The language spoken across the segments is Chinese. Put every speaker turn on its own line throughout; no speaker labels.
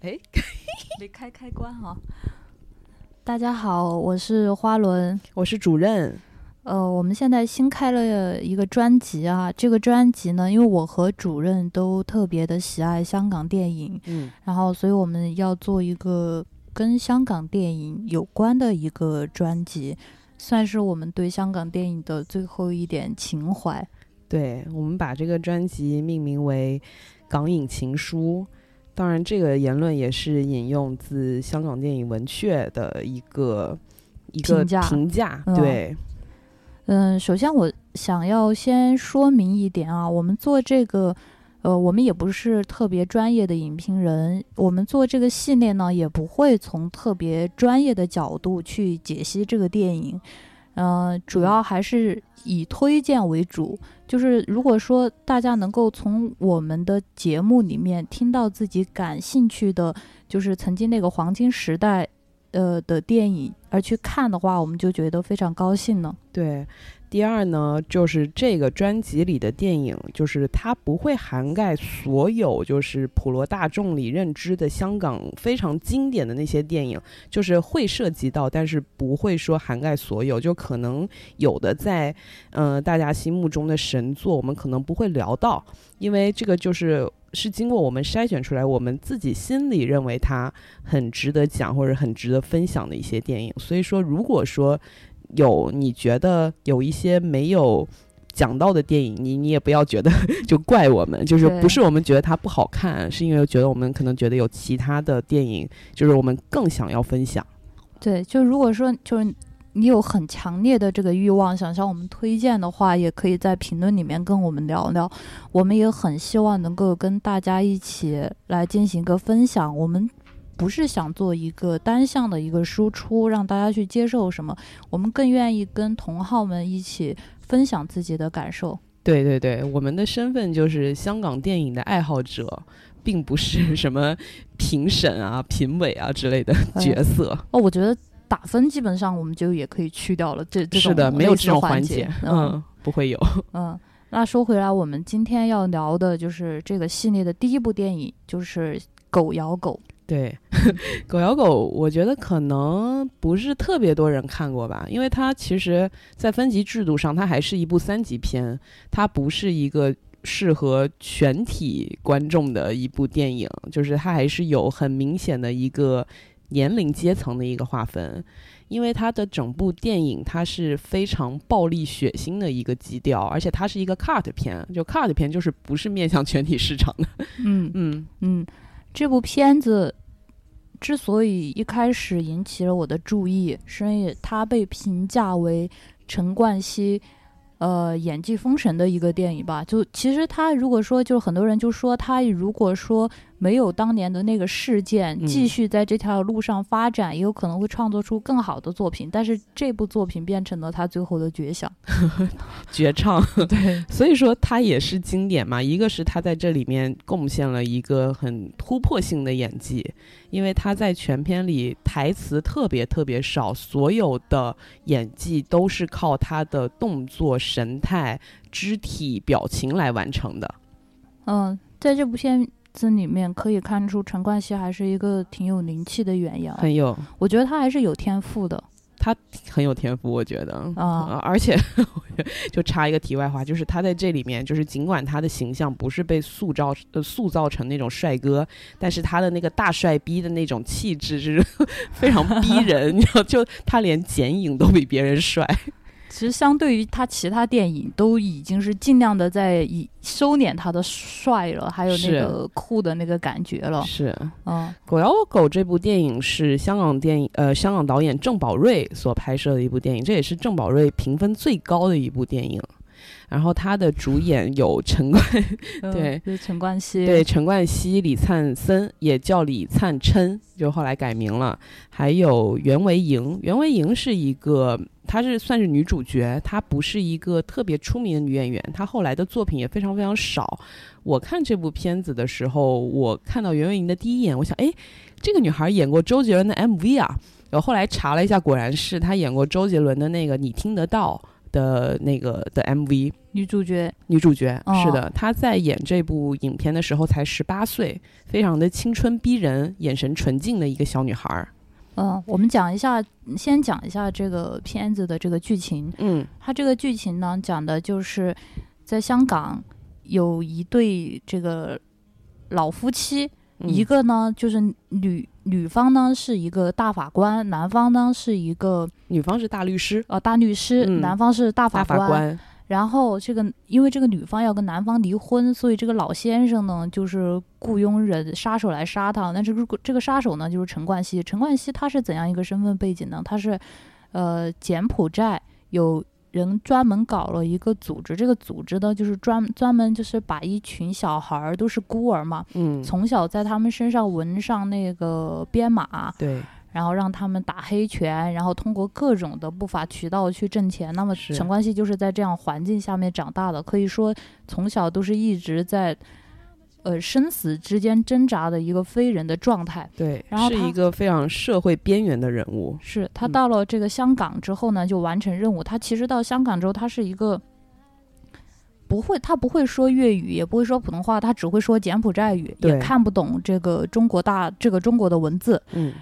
哎，
没开开关哈、大家好，我是花轮。
我是主任，
呃，我们现在新开了一个专辑啊，这个专辑呢，因为我和主任都特别的喜爱香港电影，
嗯，
然后所以我们要做一个跟香港电影有关的一个专辑，算是我们对香港电影的最后一点情怀。
对，我们把这个专辑命名为《港影情书》。当然，这个言论也是引用自香港电影文雀的一个一个
评价
评价
嗯
对，
嗯，首先我想要先说明一点啊，我们做这个，呃，我们也不是特别专业的影评人，我们做这个系列呢，也不会从特别专业的角度去解析这个电影，呃，主要还是以推荐为主。就是如果说大家能够从我们的节目里面听到自己感兴趣的，就是曾经那个黄金时代，呃的电影而去看的话，我们就觉得非常高兴呢。
对，第二呢，就是这个专辑里的电影，就是它不会涵盖所有就是普罗大众里认知的香港非常经典的那些电影，就是会涉及到，但是不会说涵盖所有，就可能有的在呃大家心目中的神作，我们可能不会聊到，因为这个就是。是经过我们筛选出来，我们自己心里认为它很值得讲或者很值得分享的一些电影。所以说，如果说有你觉得有一些没有讲到的电影，你你也不要觉得 就怪我们，就是
对
不是我们觉得它不好看，是因为觉得我们可能觉得有其他的电影，就是我们更想要分享。
对，就如果说就是你有很强烈的这个欲望，想向我们推荐的话，也可以在评论里面跟我们聊聊。我们也很希望能够跟大家一起来进行一个分享。我们不是想做一个单向的一个输出，让大家去接受什么，我们更愿意跟同好们一起分享自己的感受。
对对对，我们的身份就是香港电影的爱好者，并不是什么评审啊、评委啊之类的
嗯
角色。
哦，我觉得打分基本上我们就也可以去掉了，这这种
是的，没有
类似
这种
环
节，
嗯
嗯，不会有。
嗯，那说回来，我们今天要聊的就是这个系列的第一部电影，就是《狗咬狗
对， 狗咬狗，我觉得可能不是特别多人看过吧，因为它其实，在分级制度上，它还是一部三级片，它不是一个适合全体观众的一部电影，就是它还是有很明显的一个年龄阶层的一个划分，因为它的整部电影它是非常暴力血腥的一个基调，而且它是一个 cut 片，就 cut 片就是不是面向全体市场的，》。
嗯
嗯。
嗯，这部片子之所以一开始引起了我的注意，是因为它被评价为陈冠希。呃，演技封神的一个电影吧，就其实他如果说，就是很多人就说他如果说没有当年的那个事件，
嗯
继续在这条路上发展，也有可能会创作出更好的作品。但是这部作品变成了他最后的绝响。
绝唱，
对，
所以说它也是经典嘛。一个是他在这里面贡献了一个很突破性的演技，因为他在全片里台词特别特别少，所有的演技都是靠他的动作、神态、肢体表情来完成的。
嗯，在这部片子里面可以看出，陈冠希还是一个挺有灵气的演员啊，
很有
我觉得他还是有天赋的。
很有天赋，我觉得啊、
啊
而且我觉得就插一个题外话，就是他在这里面，就是尽管他的形象不是被塑造呃塑造成那种帅哥，但是他的那个大帅逼的那种气质是 非常逼人，你知道，就他连剪影都比别人帅。
其实相对于他其他电影，都已经是尽量的在以收敛他的帅了，还有那
是
个酷的那个感觉了。
是《
嗯
狗咬狗》这部电影是香港电影呃香港导演郑宝瑞所拍摄的一部电影，这也是郑宝瑞评分最高的一部电影。然后他的主演有陈冠
嗯，
对
就是陈冠希。
对，，陈冠希、李灿森也叫李灿琛，就后来改名了。还有袁维莹，袁维莹是一个，她是算是女主角，她不是一个特别出名的女演员，她后来的作品也非常非常少。我看这部片子的时候，我看到袁维莹的第一眼，我想，哎，这个女孩演过周杰伦的 MV 啊。然后后来查了一下，果然是她演过周杰伦的那个《你听得到》。的那个的 MV
女主角
女主角。
哦
是的，她在演这部影片的时候才十八岁，非常的青春逼人，眼神纯净的一个小女孩儿。
嗯，我们讲一下，先讲一下这个片子的这个剧情。
嗯
它这个剧情呢，讲的就是在香港有一对这个老夫妻，
嗯
一个呢就是女女方呢是一个大法官，男方呢是一个
女方是大律师、
呃大律师，
嗯
男方是大
大
法
法官，
然后这个因为这个女方要跟男方离婚，所以这个老先生呢就是雇佣人杀手来杀他。那这个这个杀手呢就是陈冠希。陈冠希他是怎样一个身份背景呢？他是呃柬埔寨有人专门搞了一个组织，这个组织呢就是专专门就是把一群小孩儿都是孤儿嘛，
嗯，
从小在他们身上纹上那个编码，
对，
然后让他们打黑拳，然后通过各种的不法渠道去挣钱。那么
是
陈冠希就是在这样环境下面长大的，可以说从小都是一直在，呃生死之间挣扎的一个非人的状态。
对，
然后
是
他
一个非常社会边缘的人物。
是他
嗯
到了这个香港之后呢，就完成任务。他其实到香港之后，他是一个不会，他不会说粤语，也不会说普通话，他只会说柬埔寨语，也
对
看不懂这个中国大这个中国的文字。
嗯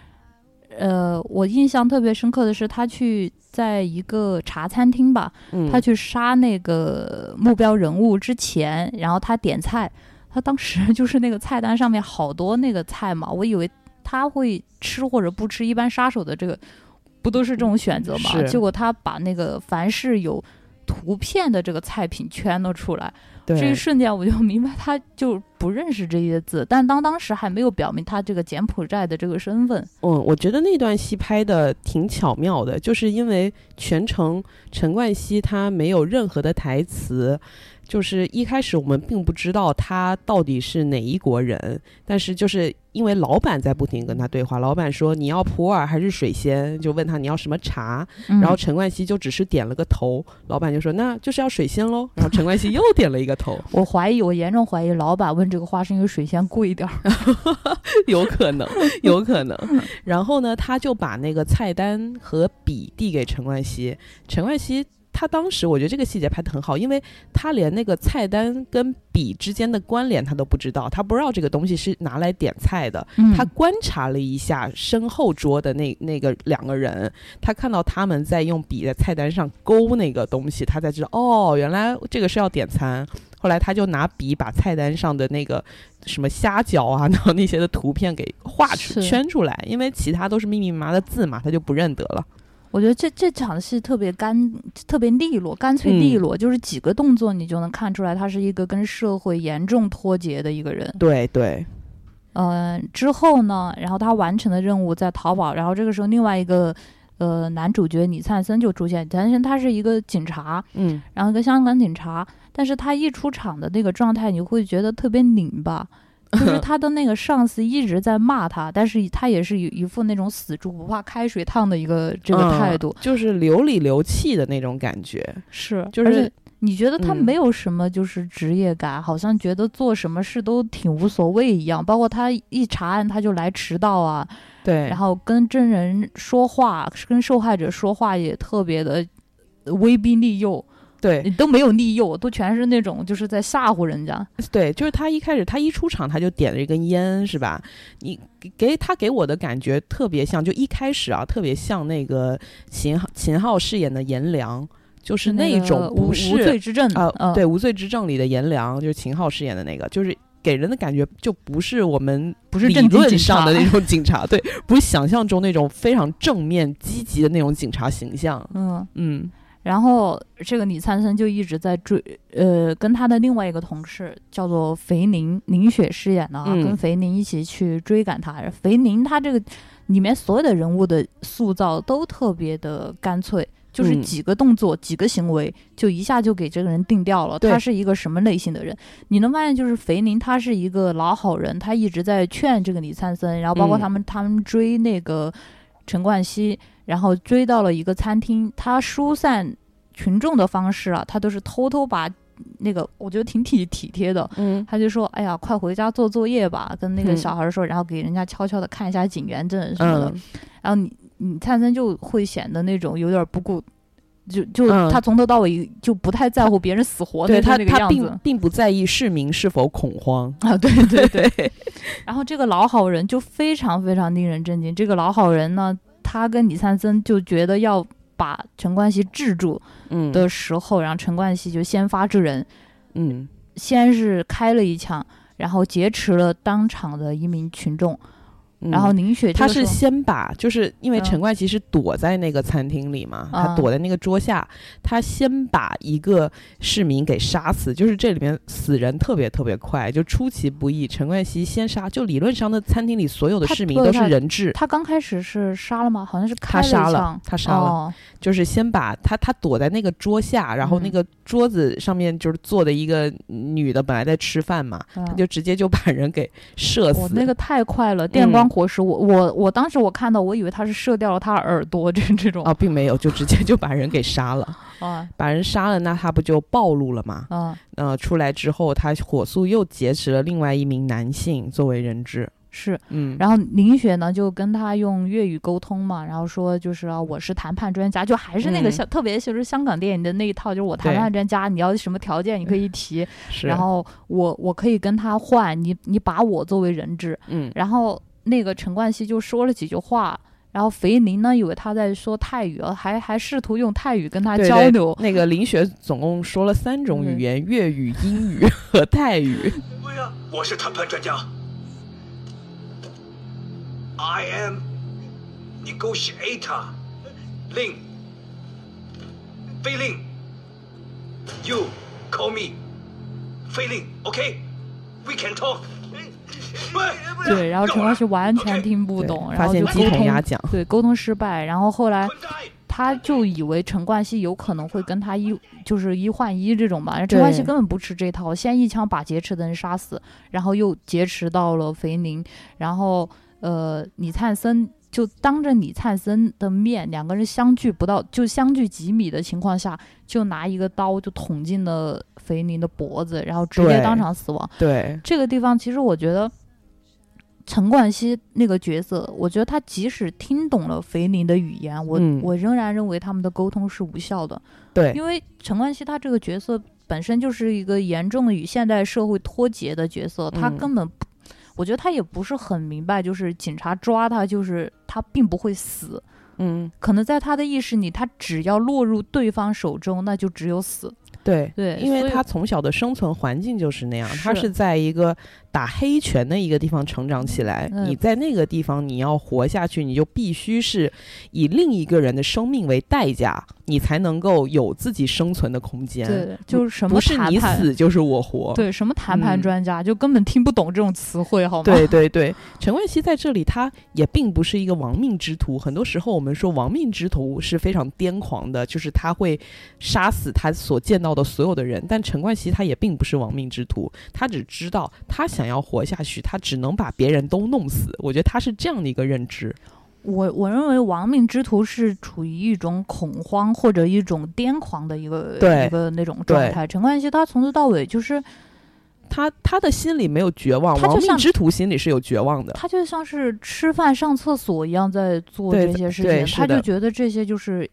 呃，我印象特别深刻的是，他去在一个茶餐厅吧，
嗯，
他去杀那个目标人物之前，然后他点菜，他当时 就是那个菜单上面好多那个菜嘛，我以为他会吃或者不吃，一般杀手的这个不都是这种选择嘛？
是
结果他把那个凡是有图片的这个菜品圈了出来，这
对
一瞬间我就明白他就不认识这些字，但当当时还没有表明他这个柬埔寨的这个身份。
嗯，我觉得那段戏拍的挺巧妙的，就是因为全程陈冠希他没有任何的台词，就是一开始我们并不知道他到底是哪一国人，但是就是因为老板在不停跟他对话，老板说你要普洱还是水仙，就问他你要什么茶，
嗯
然后陈冠希就只是点了个头，老板就说那就是要水仙喽，然后陈冠希又点了一个头，
我怀疑，我严重怀疑老板问这个话是因为水仙贵一点儿。
有可能，有可能。然后呢，他就把那个菜单和笔递给陈冠希，陈冠希。他当时我觉得这个细节拍得很好，因为他连那个菜单跟笔之间的关联他都不知道，他不知道这个东西是拿来点菜的。他
他
观察了一下身后桌的那那个两个人，他看到他们在用笔在菜单上勾那个东西，他才知道哦，原来这个是要点餐。后来他就拿笔把菜单上的那个什么虾饺啊，然后那些的图片给画 出
是
圈出来，因为其他都是密密麻麻的字嘛，他就不认得了。
我觉得这这场戏特别干，特别利落，干脆利
嗯
落，就是几个动作你就能看出来，他是一个跟社会严重脱节的一个人。
对对，
嗯、之后呢，然后他完成了任务在淘宝，然后这个时候另外一个。呃，男主角李灿森就出现，李灿森他是一个警察，
嗯，
然后一个香港警察，但是他一出场的那个状态，你会觉得特别拧巴， 就是他的那个上司一直在骂他，但是他也是一一副那种死猪不怕开水烫的一个这个
嗯
态度，
就是流里流气的那种感觉。
是，
就
而
是
且你觉得他
嗯
没有什么就是职业感，好像觉得做什么事都挺无所谓一样，包括他一查案他就来迟到啊，
对，
然后跟真人说话，跟受害者说话也特别的威逼利诱。
对，
你都没有利诱，都全是那种就是在吓唬人家。
对，就是他一开始他一出场他就点了一根烟，是吧？你给给他给我的感觉特别像，就一开始啊，特别像那个秦昊秦昊饰演的颜良，就是那
个
种
无
不
无罪
是
之证
啊、
嗯
对，《无罪之证》里的颜良，就是秦昊饰演的那个，就是。给人的感觉就不是我们
不是
理
正经
论
警
上的
察
那种警察，对，不是想象中那种非常正面积极的那种警察形象。
嗯。
嗯
然后这个李灿森就一直在追，呃，跟他的另外一个同事叫做肥宁，宁雪饰演的啊，
嗯
跟肥宁一起去追赶他。肥宁他这个里面所有的人物的塑造都特别的干脆，就是
嗯
几个动作、几个行为，就一下就给这个人定掉了，
对
他是一个什么类型的人。你能发现，就是肥宁他是一个老好人，他一直在劝这个李灿森，然后包括
嗯
他们、他们追那个陈冠希，然后追到了一个餐厅，他疏散群众的方式啊，他都是偷偷把那个，我觉得挺体体贴的。
嗯，
他就说：“哎呀，快回家做作业吧。”跟那个
嗯
小孩说，然后给人家悄悄的看一下警员证什么的。
嗯，
然后你你灿森就会显得那种有点不顾就就
嗯
他从头到尾就不太在乎别人死活
对
的
他
那个
他
样
并
子
并不在意市民是否恐慌，
啊，对对对。 然后这个老好人就非常非常令人震惊。这个老好人呢，他跟李灿森就觉得要把陈冠希制住
嗯
的时候，然后陈冠希就先发制人，
嗯
先是开了一枪，然后劫持了当场的一名群众，
嗯，
然后宁雪这
他
个时
是
候
先把，就是因为
嗯
陈冠希是躲在那个餐厅里嘛，
啊
他躲在那个桌下，他先把一个市民给杀死，就是这里面死人特别特别快，就出其不意。陈冠希先杀，就理论上的餐厅里所有的
他
市民
对
都是
他
人质，
他刚开始是杀了吗？好像是开
他
一
杀了
枪，，
他杀了，
哦、
就是先把他他躲在那个桌下，然后那
嗯
个桌子上面就是坐的一个女的，本来在吃饭嘛，
他
他就直接就把人给射
嗯我
死。
哦那个太快了，电
嗯
光火石。我我我当时我看到，我以为他是射掉了他耳朵这这种
啊，并没有，就直接就把人给杀了。
啊
把人杀了，那他不就暴露了吗？
啊
呃，出来之后，他火速又劫持了另外一名男性作为人质。
是。
嗯，
然后林雪呢就跟他用粤语沟通嘛，然后说就是啊，我是谈判专家，就还是那个
嗯
香，特别就是香港电影的那一套，就是我谈
对嗯
判专家，你要什么条件你可以提，
是，
然后我我可以跟他换，你你把我作为人质，
嗯
然后那个陈冠希就说了几句话，然后肥林呢以为他在说泰语，呃还还试图用泰语跟他
对
交
对
流。嗯
那个林雪总共说了三种语言：粤语、英语和泰语。
对呀、啊我是谈判专家。I am negotiator. Ling，飞令。You call me，飞令。OK，we、can talk 喂。
对，然后陈
跟我来
冠希完全
OK，
听不
对
懂，然
发
后就
现
沟
鸡同鸭
通，
讲。
对，沟通失败。然后后来
混蛋
他就以为陈冠希有可能会跟他一就是一换一这种吧，陈冠希
对
根本不吃这套，先一枪把劫持的人杀死，然后又劫持到了肥宁，然后呃李灿森。就当着李灿森的面，两个人相距不到，就相距几米的情况下，就拿一个刀就捅进了肥宁的脖子，然后直接
对
当场死亡。
对，
这个地方，其实我觉得陈冠希那个角色，我觉得他即使听懂了肥林的语言，我、
嗯哎
我仍然认为他们的沟通是无效的，
对，
因为陈冠希他这个角色本身就是一个严重的与现代社会脱节的角色，他
嗯
根本不。我觉得他也不是很明白，就是警察抓他，就是他并不会死，
嗯，
可能在他的意识里，他只要落入对方手中，那就只有死。
对。
对，
因为
所以
他从小的生存环境就是那样，他
是
是在一个打黑拳的一个地方成长起来。
嗯
你在那个地方，你要活下去，你就必须是以另一个人的生命为代价，你才能够有自己生存的空间。
对，就是什么
不是
谈
你
判
死就是我活。
对，什么谈判
嗯
专家、就根本听不懂这种词汇，好吗？
对对对陈冠希在这里他也并不是一个亡命之徒。很多时候我们说亡命之徒是非常癫狂的，就是他会杀死他所见到的所有的人。但陈冠希他也并不是亡命之徒，他只知道他想要活下去，他只能把别人都弄死。我觉得他是这样的一个认知。
我我认为亡命之徒是处于一种恐慌或者一种癫狂的一个
对
一个那种状
对
态。陈冠希他从头到尾就是
他他的心里没有绝望，
他就
亡命
像
之徒心里是有绝望的。
他就像是吃饭上厕所一样在做
对
这些事
对
情，
是
他就
的
觉得这些就是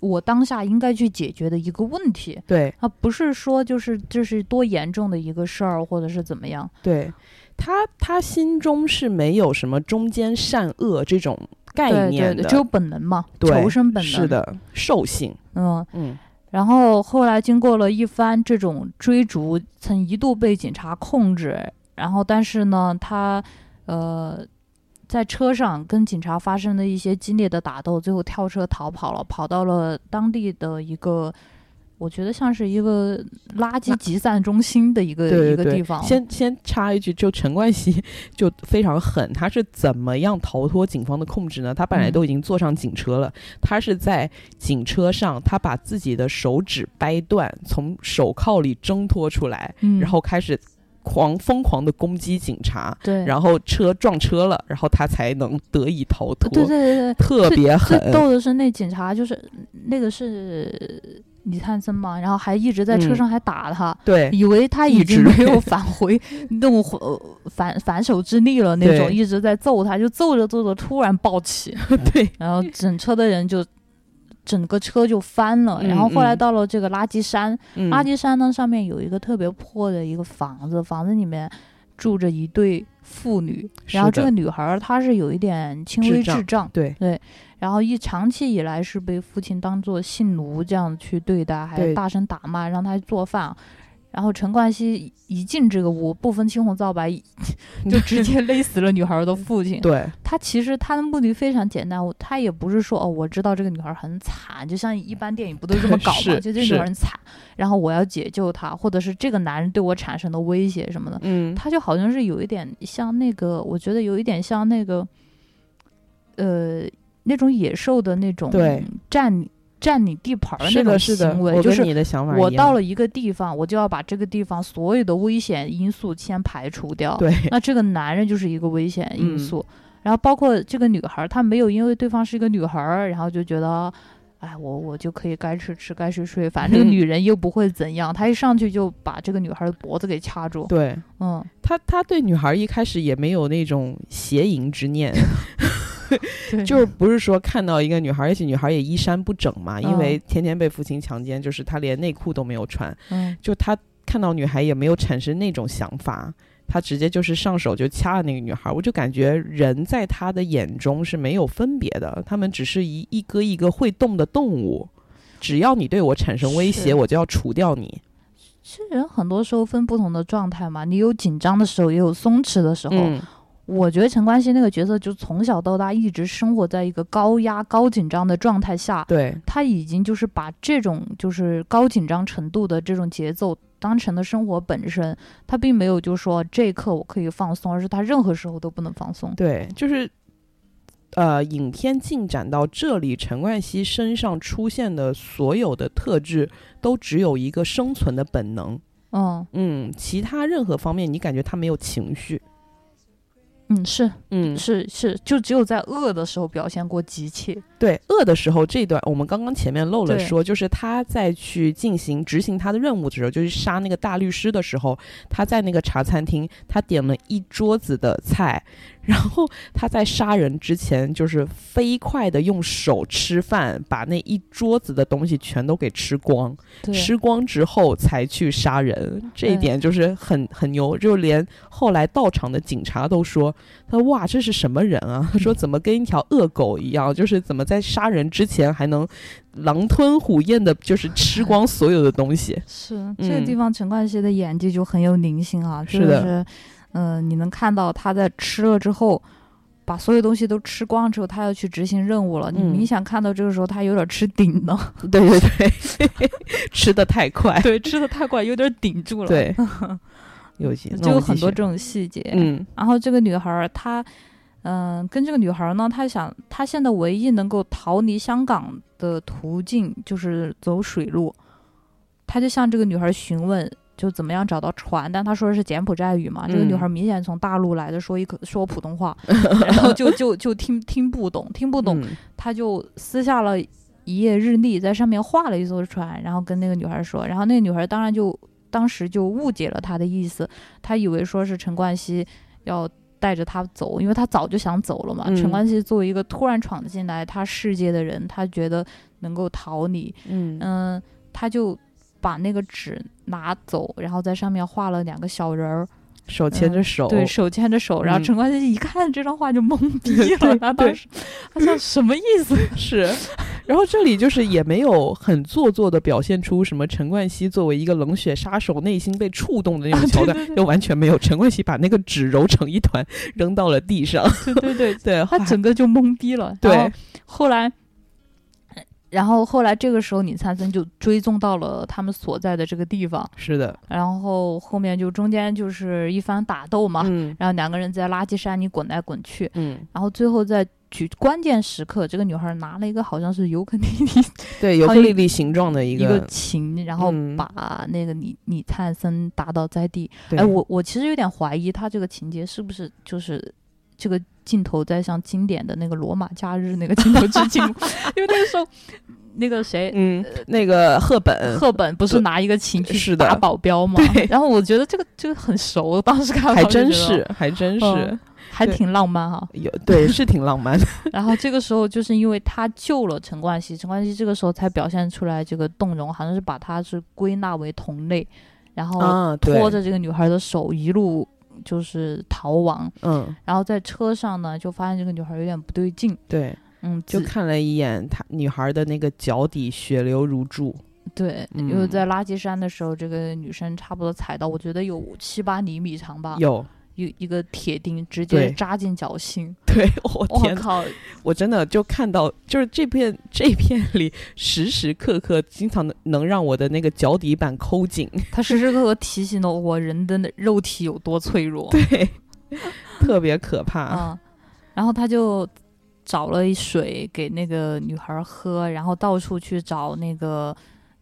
我当下应该去解决的一个问题。
对，
他不是说就是这是多严重的一个事儿，或者是怎么样？
对他，他心中是没有什么中间善恶这种概
对对
念的，
对，只有本能嘛，
对
求生本能。
是，的，兽性，
嗯，
嗯，
然后后来经过了一番这种追逐，曾一度被警察控制。然后，但是呢，他呃在车上跟警察发生了一些激烈的打斗，最后跳车逃跑了，跑到了当地的一个，我觉得像是一个垃圾
垃
集散中心的一个
对对
一个
对。
地方。
先先插一句，就陈冠希 就非常狠，他是怎么样逃脱警方的控制呢？他本来
嗯
都已经坐上警车了，他是在警车上，他把自己的手指掰断，从手铐里挣脱出来，
嗯，
然后开始狂疯狂的攻击警察。
对，
然后车撞车了，然后他才能得以逃脱。
呃对对对对，
特
最
别狠，
逗的是那警察就是那个是李灿森嘛，然后还一直在车
嗯
上还打他。
对
以为他已
一
经
直
没有返回 那种呃反反手之力了，那种
对
一
嗯
直在揍他，就揍着揍着突然暴起，
对
然后整车的人就整个车就翻了。然后后来
嗯嗯
到了这个垃圾山，
嗯
垃圾山呢上面有一个特别破的一个房子，房子里面住着一对父女，
是
然后这
的
个女孩儿她是有一点轻微
智障
智障，
对
然后一长期以来是被父亲当做性奴这样去对待，还
对
大声打骂，让她做饭。然后陈冠希一进这个屋，不分青红皂白，就直接 勒死了女孩儿的父亲。
嗯对
他其实他的目的非常简单，我他也不是说哦，我知道这个女孩很惨，就像一般电影不都这么搞嘛，
是
就这个女
是
孩很惨，然后我要解救她，或者是这个男人对我产生的威胁什么的，
嗯
他就好像是有一点像那个，我觉得有一点像那个，呃，那种野兽的那种
对
占占你地盘儿那
是
种
的是的，
行为，
我
就
跟
是
你的想法
我
一
到
样
了一个地方，我就要把这个地方所有的危险因素先排除掉。
对
那这个男人就是一个危险因
嗯
素。然后包括这个女孩儿，她没有因为对方是一个女孩儿，然后就觉得，哎，我我就可以该吃吃该睡睡，反正这个
嗯
女人又不会怎样。她一上去就把这个女孩儿的脖子给掐住。
对。
嗯，
他他对女孩一开始也没有那种邪淫之 念，
对
就是不是说看到一个女孩，也许女孩也衣衫不整嘛，因
嗯
为天天被父亲强奸，就是他连内裤都没有穿，
嗯，
就他看到女孩也没有产生那种想法，他直接就是上手就掐了那个女孩，我就感觉人在他的眼中是没有分别的，他们只是一一个一个会动的动物，只要你对我产生威胁，
是
我就要除掉你。
这人很多时候分不同的状态嘛，你有紧张的时候，也有松弛的时候。
嗯，
我觉得陈冠希那个角色就从小到大一直生活在一个高压、高紧张的状态下，
对，
他已经就是把这种就是高紧张程度的这种节奏当成了生活本身，他并没有就说这一刻我可以放松，而是他任何时候都不能放松。
对，就是呃，影片进展到这里，陈冠希身上出现的所有的特质，都只有一个生存的本能。
嗯
嗯，其他任何方面，你感觉他没有情绪。
嗯，是
嗯，
是是，就只有在饿的时候表现过急切。
对，饿的时候这一段，我们刚刚前面漏了
对
说，就是他在去进行执行他的任务的时候，就是杀那个大律师的时候，他在那个茶餐厅，他点了一桌子的菜，然后他在杀人之前，就是飞快的用手吃饭，把那一桌子的东西全都给吃光，
对，
吃光之后才去杀人，这一
对。
点就是很很牛，就连后来到场的警察都说，他说哇这是什么人啊？他说怎么跟一条恶狗一样，就是怎么在杀人之前还能狼吞虎咽的，就是吃光所有的东西
是这个
嗯
地方陈冠希的演技就很有灵性啊，就是
的
是，嗯、你能看到他在吃了之后，把所有东西都吃光之后，他要去执行任务了。你
嗯
明显看到这个时候他有点吃顶了，
对对对， 吃的太快。
对，吃的太快，有点顶住了。，
对，有些
就有很多这种细节。
嗯
然后这个女孩儿她，嗯、跟这个女孩儿呢，她想，她现在唯一能够逃离香港的途径就是走水路。她就向这个女孩儿询问，就怎么样找到船，但她说的是柬埔寨语嘛，这个女
嗯
孩儿明显从大陆来的，说一口说普通话，然后就就就听听不懂，听不
不
懂，她就撕下了。一页日历在上面画了一艘船，然后跟那个女孩儿说，然后那个女孩儿当然就当时就误解了他的意思，他以为说是陈冠希要带着他走，因为他早就想走了嘛。
嗯
陈冠希作为一个突然闯进来他世界的人，他觉得能够逃离，
嗯
嗯、他就把那个纸拿走，然后在上面画了两个小人儿，
手牵着手，
嗯对手牵着手，然后
哦嗯
陈冠希一看这张画就懵逼了，
对
他当时他想什么意思？
是，然后这里就是也没有很做作的表现出什么陈冠希作为一个冷血杀手内心被触动的那种桥
啊
段，就完全没有。陈冠希把那个纸揉成一团扔到了地上，
对对 对，
对，
他
后
整个就懵逼了。然后
对
后来，然后后来这个时候，李灿森就追踪到了他们所在的这个地方，
是的，
然后后面就中间就是一番打斗嘛，
嗯
然后两个人在垃圾山里滚来滚去，
嗯，
然后最后在举关键时刻，这个女孩拿了一个好像是尤克里里
对，尤
好
克
像
里里形状的一
一
个，
个琴，然后
嗯
把那个李李灿森打倒在地。
对
哎，我我其实有点怀疑他这个情节是不是就是这 个镜头在向经典的那个罗马假日那个镜头致敬，因为那个时候那个谁。
嗯，那个赫本，
赫本不是拿一个琴去
嗯呃是的
打保镖吗？然后我觉得这个这个很熟， 我当时看到
还
就觉
真
得
是，还真是、
嗯还
对
挺浪漫 哈、
有对，是挺浪漫的。
然后这个时候就是因为他救了陈冠希，陈冠希这个时候才表现出来这个动容，好像是把他是归纳为同类，然后
啊，对，
哦拖着这个女孩的手一路就是逃亡，
嗯，
然后在车上呢就发现这个女孩有点不对劲，
对，
嗯，
就
自
看了一眼她女孩的那个脚底血流如注，
对，
嗯
因为在垃圾山的时候，这个女生差不多踩到，我觉得有七八厘米长吧，
有，
一一个铁钉直接
对
扎进脚心，
对我
我
天，
靠，
我真的就看到，就是这片 这片里时时刻刻经常能能让我的那个脚底板抠紧，
他时时刻刻提醒了我人的肉体有多脆弱，
对，特别可怕。
嗯，然后他就找了水给那个女孩喝，然后到处去找那个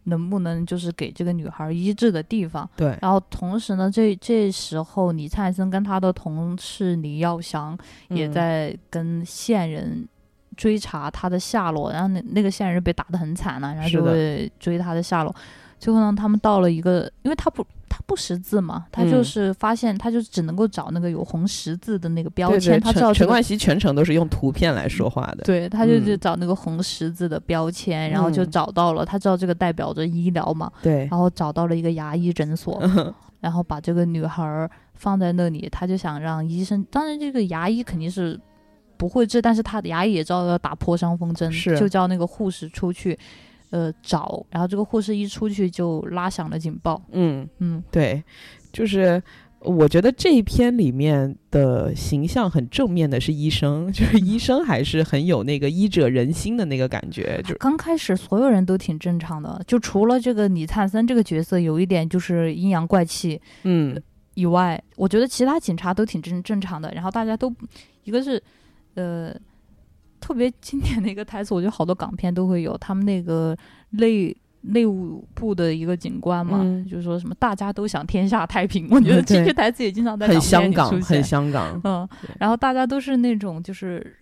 能不能就是给这个女孩医治的地方。
对，
然后同时呢，这这时候李灿森跟他的同事李耀祥也
嗯
在跟线人追查他的下落，然后那那个线人被打得很惨呢、然后
是
就
的
会追他的下落。最后呢，他们到了一个，因为他不他不识字嘛，他就
嗯
是发现他就只能够找那个有红十字的那个标
对
签，
对，
他知道
陈
这
陈
个
冠希全程都是用图片来说话的。
对，他就
嗯
去找那个红十字的标签，然后就
嗯
找到了，他知道这个代表着医疗嘛，
对
然后找到了一个牙医诊所，
嗯
然后把这个女孩儿放在那里，他就想让医生，当然这个牙医肯定是不会治，但是他的牙医也知道要打破伤风针，
是
就叫那个护士出去。呃，找，然后这个护士一出去就拉响了警报，
嗯，
嗯，
对，就是我觉得这一篇里面的形象很正面的是医生， 就是医生还是很有那个医者仁心的那个感觉，就
刚开始所有人都挺正常的，就除了这个李灿森这个角色有一点就是阴阳怪气，
嗯
以外，我觉得其他警察都挺正正常的。然后大家都，一个是，呃，特别经典的一个台词，我觉得好多港片都会有，他们那个内内务部的一个警官嘛，
嗯
就是说什么大家都想天下太平，我觉得
嗯
这
对
句台词也经常在
很
港片
香
里
港，
出
很
现
香港，
嗯
对，
然后大家都是那种就是，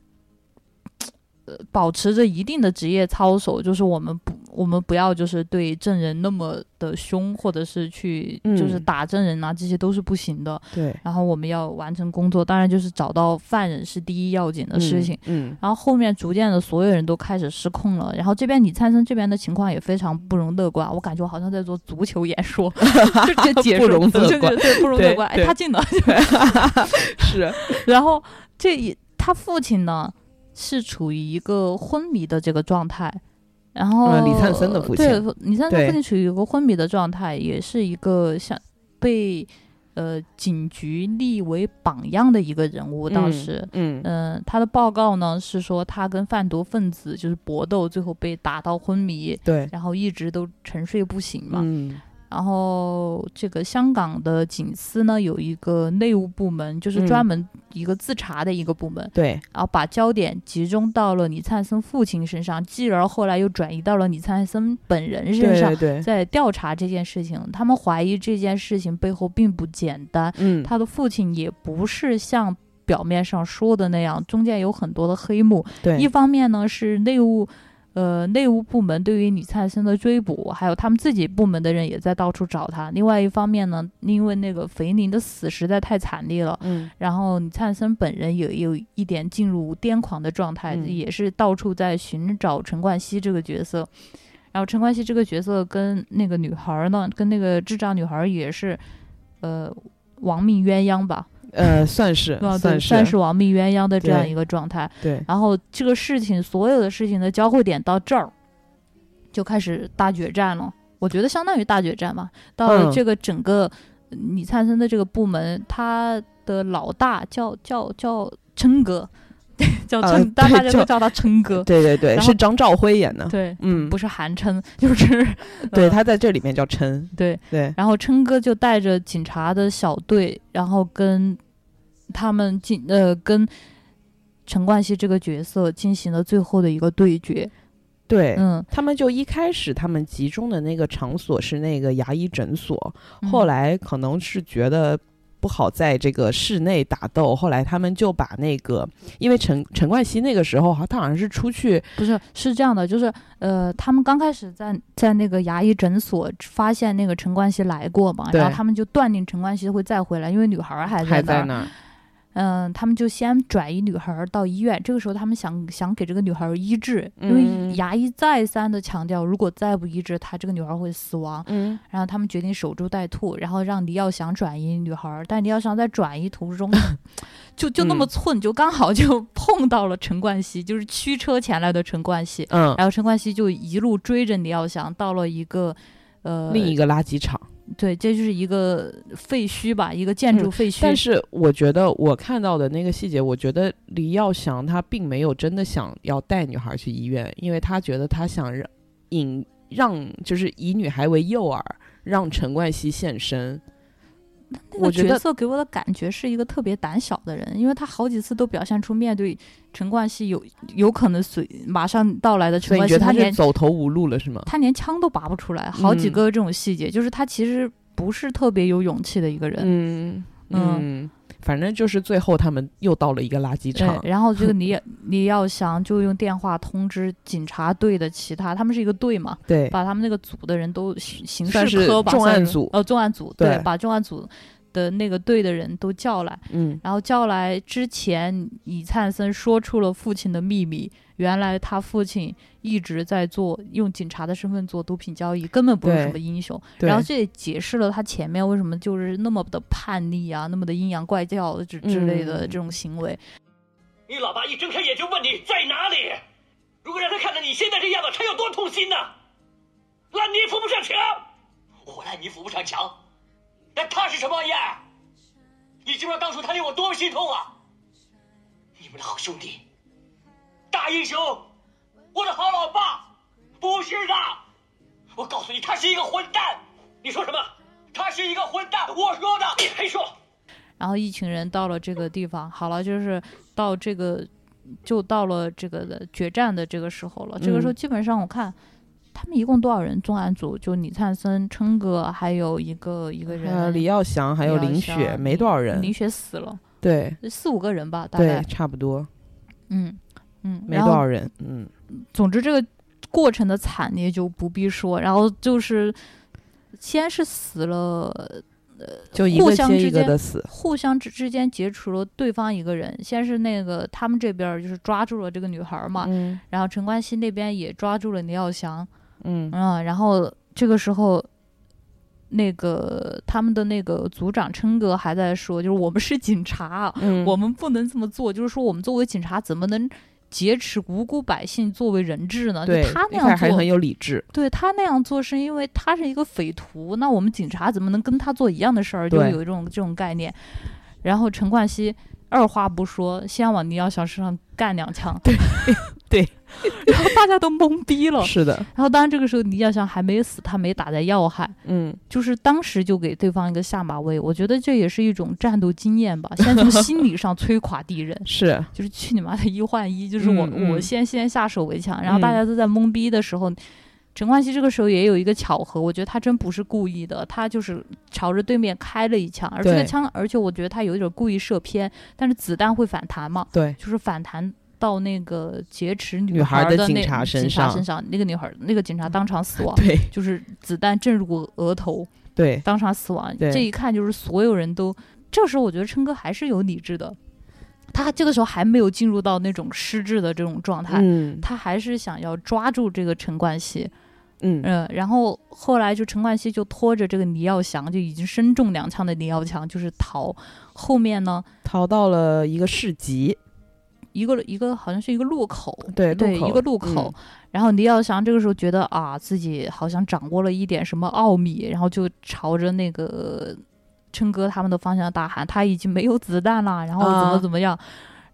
呃，保持着一定的职业操守，就是我们不，我们不要就是对证人那么的凶，或者是去就是
嗯
打证人啊，这些都是不行的。
对
然后我们要完成工作，当然就是找到犯人是第一要紧的事情。，
嗯嗯
然后后面逐渐的，所有人都开始失控了。然后这边李灿森这边的情况也非常不容乐观，我感觉我好像在做足球演 说，
嗯
就这解说
不容
足
乐
球
观
对不容乐
对
观。哎，
对
他进了，
是，
然后这一他父亲呢是处于一个昏迷的这个状态，然后、
呃李灿森的父亲
对李灿森
对
父亲处于一个昏迷的状态，也是一个像被呃警局立为榜样的一个人物，当时。嗯
嗯
他的报告呢是说他跟贩毒分子就是搏斗，最后被打到昏迷，
对，
然后一直都沉睡不醒嘛。
嗯
然后这个香港的警司呢，有一个内务部门，就是
嗯
专门一个自查的一个部门，
对，
然后把焦点集中到了李灿森父亲身上，继而后来又转移到了李灿森本人身
对
上
对，对，
在调查这件事情。他们怀疑这件事情背后并不简单，
嗯，
他的父亲也不是像。表面上说的那样，中间有很多的黑幕。
对
一方面呢是内务，呃，内务部门对于李灿森的追捕，还有他们自己部门的人也在到处找他。另外一方面呢，因为那个肥宁的死实在太惨烈了，
嗯
然后李灿森本人也有一点进入癫狂的状态，
嗯
也是到处在寻找陈冠希这个角色。然后陈冠希这个角色跟那个女孩儿呢，跟那个智障女孩儿也是，呃，亡命鸳鸯吧，
呃，算是
对吧？啊对
算
算是亡命鸳鸯的这样
对
一个状态。
对，
然后这个事情，所有的事情的交汇点到这儿，就开始大决战了。我觉得相当于大决战吧。到了
嗯
这个整个呃李灿森的这个部门，他的老大叫叫叫琛哥， 叫
呃
琛，大
对
大家都
叫
叫他琛哥。
对对对，
然后
是张兆辉演的，
对，
嗯
不，是韩琛，就是
对
呃
他在这里面叫陈，
对。
对，
然后琛哥就带着警察的小队，然后跟他们进呃跟陈冠希这个角色进行了最后的一个对决。
对，
嗯，
他们就一开始他们集中的那个场所是那个牙医诊所，
嗯
后来可能是觉得不好在这个室内打斗，后来他们就把那个，因为陈陈冠希那个时候好他好像是出去，
不是，是这样的，就是呃，他们刚开始在在那个牙医诊所发现那个陈冠希来过嘛，
对
然后他们就断定陈冠希会再回来，因为女孩儿还
还
在那
在
儿。
那儿，
嗯、他们就先转移女孩儿到医院。这个时候，他们想想给这个女孩儿医治，因
嗯
为牙医再三的强调，如果再不医治，她这个女孩儿会死亡。
嗯，
然后他们决定守株待兔，然后让李耀祥转移女孩儿，但李耀祥在转移途中， 就就那么
嗯
寸，就刚好就 碰到了陈冠希，就是驱车前来的陈冠希。
嗯，
然后陈冠希就一路追着李耀祥到了一个，呃，
另一个垃圾场。
对，这就是一个废墟吧，一个建
嗯
筑废墟。
但是我觉得我看到的那个细节，我觉得李耀祥他并没有真的想要带女孩去医院，因为他觉得他想让引让就是以女孩为诱饵，让陈冠希现身。
那
我
个
觉
角
得
色给我的感觉是一个特别胆小的人，因为他好几次都表现出面对陈冠希有有可能随马上到来的
所
陈
以
冠
你觉
希，
得他是
连
走投无路了是吗？
他连枪都拔不出来，好几
嗯
个这种细节，就是他其实不是特别有勇气的一个人。
嗯嗯，反正就是最后他们又到了一个垃圾
对
场，。
然后这 个李李耀祥就用电话通知警察队的其他，他们是一个队嘛，
对
把他们那个组的人都刑刑
算
事
是
科吧，
重
算
案
是
组
呃，重案组对，
对
把重案组的那个队的人都叫来，
嗯
然后叫来之前，李灿森说出了父亲的秘密，原来他父亲一直在做用警察的身份做毒品交易，根本不是
对
什么英雄。
对
然后这也解释了他前面为什么就是那么的叛逆啊，那么的阴阳怪调之之类的
嗯
这种行为。
你老爸一睁开眼就问你在哪里，如果让他看到你现在这样子，他有多痛心呐！烂泥扶不上墙，我烂泥扶不上墙，那他是什么玩意儿？你知不知道当初他令我多么心痛啊！你们的好兄弟，大英雄，我的好老爸，不是的，我告诉你，他是一个混蛋！你说什么？他是一个混蛋！我说的，你还说。
然后一群人到了这个地方，好了，就是到这个就到了这个的决战的这个时候了。这个时候
嗯
基本上我看。他们一共多少人？重案组就李灿森、琛哥，还有一个一个人，
还有呃李耀祥，还有
李耀
林雪，
祥
没多少人
林，雪死了，
对
四五个人吧，大
对
概，，
差不多
嗯嗯，
没
然
多
后
少人，嗯，
总之这个过程的惨烈就不必说，然后就是先是死了，
就一
互
个
相
接
之
一个
间
的死，
互相之之间劫持了对方一个人，先是那个他们这边儿就是抓住了这个女孩儿嘛，
嗯
然后陈冠希那边也抓住了李耀祥，
嗯
嗯，然后这个时候，那个他们的那个组长琛哥还在说，就是我们是警察，啊
嗯
我们不能这么做，就是说我们作为警察怎么能劫持无辜百姓作为人质呢？就
对，
他那
一开始
样
还很
做，
有理智，
对他那样做是因为他是一个匪徒，那我们警察怎么能跟他做一样的事儿？就
对
有一种这种概念。然后陈冠希二话不说，先往倪耀祥身上干两枪，对
对，
然后大家都懵逼了。
是的，
然后当然这个时候倪耀祥还没死，他没打在要害，
嗯，，
就是当时就给对方一个下马威。我觉得这也是一种战斗经验吧，先从心理上摧垮敌人
是，
就是去你妈的一换一，就是我、
嗯嗯
我先先下手为强，然后
嗯
大家都在懵逼的时候。陈冠希这个时候也有一个巧合，我觉得他真不是故意的，他就是朝着对面开了一枪，而这个
对
枪，而且我觉得他有一点故意射偏，但是子弹会反弹嘛，
对，
就是反弹到那个劫持女
女孩
孩
的
的
警
那
察身
警察
上
身上，那个女孩那个警察当场死亡，
对，
就是子弹正入额头，
对，
当场死亡。
对
这一看就是所有人都，这时候我觉得琛哥还是有理智的，他这个时候还没有进入到那种失智的这种状态。
嗯
他还是想要抓住这个陈冠希，
嗯，
嗯，然后后来就陈冠希就拖着这个李耀祥，就已经身中两枪的李耀祥就是逃。后面呢，
逃到了一个市集，
一个一个好像是一个路口，
对路
对
口嗯
一个路口。然后李耀祥这个时候觉得啊，自己好像掌握了一点什么奥秘，然后就朝着那个琛哥他们的方向大喊：“他已经没有子弹了，然后怎
啊
么怎么样。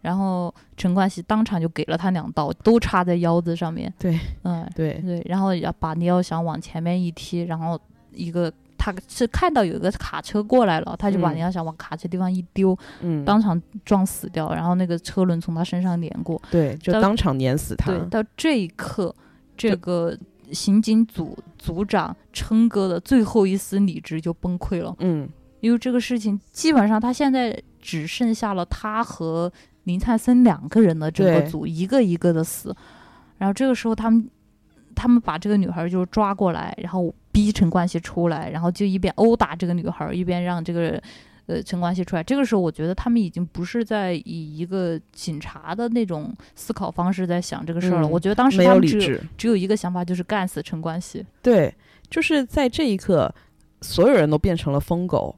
然后陈冠希当场就给了他两刀，都插在腰子上面。
对，
嗯，
对，
对，然后也把李耀祥往前面一踢，然后一个他是看到有一个卡车过来了，他就把
嗯
李耀祥往卡车地方一丢，
嗯，
当场撞死掉，然后那个车轮从他身上碾过。
对，就
到
当场碾死他
对，，到这一刻，这个刑警组组长琛哥的最后一丝理智就崩溃了。
嗯，
因为这个事情基本上他现在只剩下了他和林灿森两个人的这个
对
组，一个一个的死。然后这个时候他们他们把这个女孩就抓过来，然后逼陈冠希出来，然后就一边殴打这个女孩，一边让这个呃陈冠希出来。这个时候，我觉得他们已经不是在以一个警察的那种思考方式在想这个事儿了。
嗯
我觉得当时
没
他
有
们
理
只有
智。
只有一个想法，就是干死陈冠希。
对，就是在这一刻，所有人都变成了疯狗。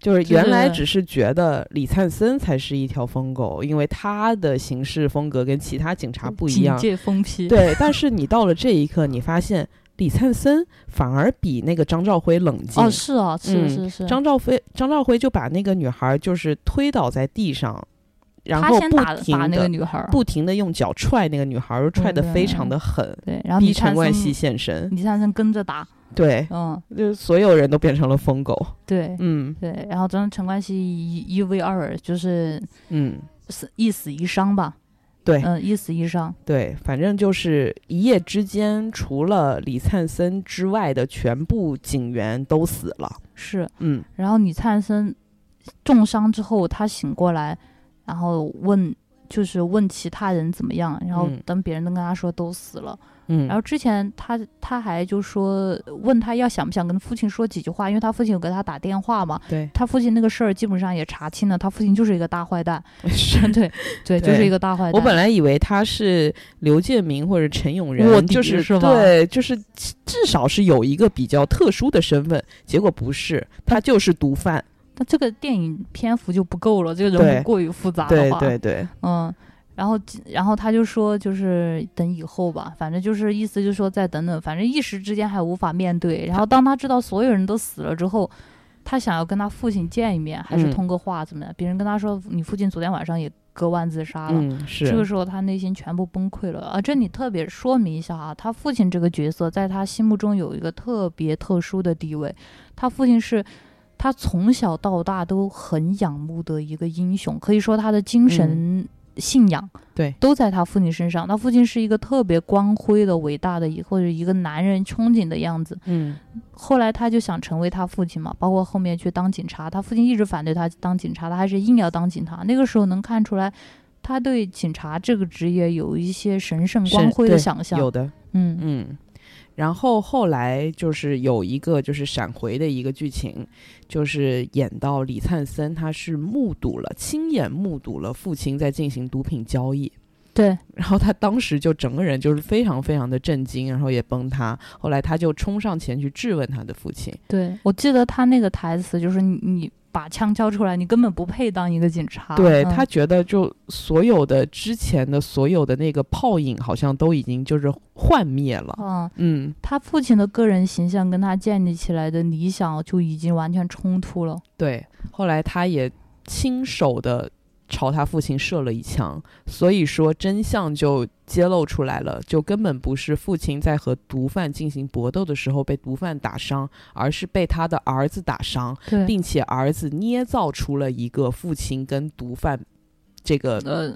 就是原来
对
只是觉得李灿森才是一条疯狗，因为他的行事风格跟其他警察不一样
警。戒封批。
对，但是你到了这一刻，你发现李灿森反而比那个张兆辉冷静。
哦，是啊，是
嗯
是是。
张兆辉，张兆辉就把那个女孩就是推倒在地上，然
他
后
先
不
打
停
打那个
的
女孩儿，
不停的用脚踹那个女孩，踹的非常的狠，
嗯对，然后
逼
李
陈
灿
冠
森，
希现身。
李灿森跟着打，
对，
嗯，
就是所有人都变成了疯狗。
对
嗯
对，然后当陈冠希一一 v 二，就是
嗯，
死一死一伤吧，
对
嗯，一死一伤，
对，反正就是一夜之间，除了李灿森之外的全部警员都死了。
是。
嗯，
然后李灿森重伤之后，他醒过来，然后问。就是问其他人怎么样，然后
嗯
当别人都跟他说都死了，
嗯，
然后之前他他还就说问他要想不想跟父亲说几句话，因为他父亲有给他打电话嘛，
对，
他父亲那个事儿基本上也查清了，他父亲就是一个大坏 蛋，
是
对对，就是
对
一个大坏蛋。
我本来以为他是刘建明或者陈永
卧
仁，
底
就是
是吧
对，就是至至少是有一个比较特殊的身份，结果不是，他就是毒贩。
那这个电影篇幅就不够了，这个人
对
物过于复杂
对
的话，
对对，
嗯。然后，然后他就说，就是等以后吧，反正就是意思就是说再等等，反正一时之间还无法面对。然后当他知道所有人都死了之后，他想要跟他父亲见一面，还是
嗯
通个话怎么样？别人跟他说，你父亲昨天晚上也割腕自杀了，
嗯，是
这个时候他内心全部崩溃了啊！这里特别说明一下啊，他父亲这个角色在他心目中有一个特别特殊的地位，他父亲是。他从小到大都很仰慕的一个英雄，可以说他的精神信仰、
嗯对
都在他父亲身上。他父亲是一个特别光辉的、伟大的一或者一个男人憧憬的样子。
嗯
后来他就想成为他父亲嘛，包括后面去当警察，他父亲一直反对他当警察，他还是硬要当警察。那个时候能看出来，他对警察这个职业有一些神圣光
是
辉的
对
想象。
有的，
嗯
嗯。然后后来就是有一个就是闪回的一个剧情，就是演到李灿森他是目睹了亲眼目睹了父亲在进行毒品交易，
对，
然后他当时就整个人就是非常非常的震惊，然后也崩塌。后来他就冲上前去质问他的父亲，
对我记得他那个台词就是你你把枪交出来，你根本不配当一个警察。
对、
嗯
他觉得就所有的之前的所有的那个泡影好像都已经就是幻灭了。
嗯，
嗯，
他父亲的个人形象跟他建立起来的理想就已经完全冲突了。
对。后来他也亲手的朝他父亲射了一枪，所以说真相就揭露出来了，就根本不是父亲在和毒贩进行搏斗的时候被毒贩打伤，而是被他的儿子打伤。
对，
并且儿子捏造出了一个父亲跟毒贩这个
呃，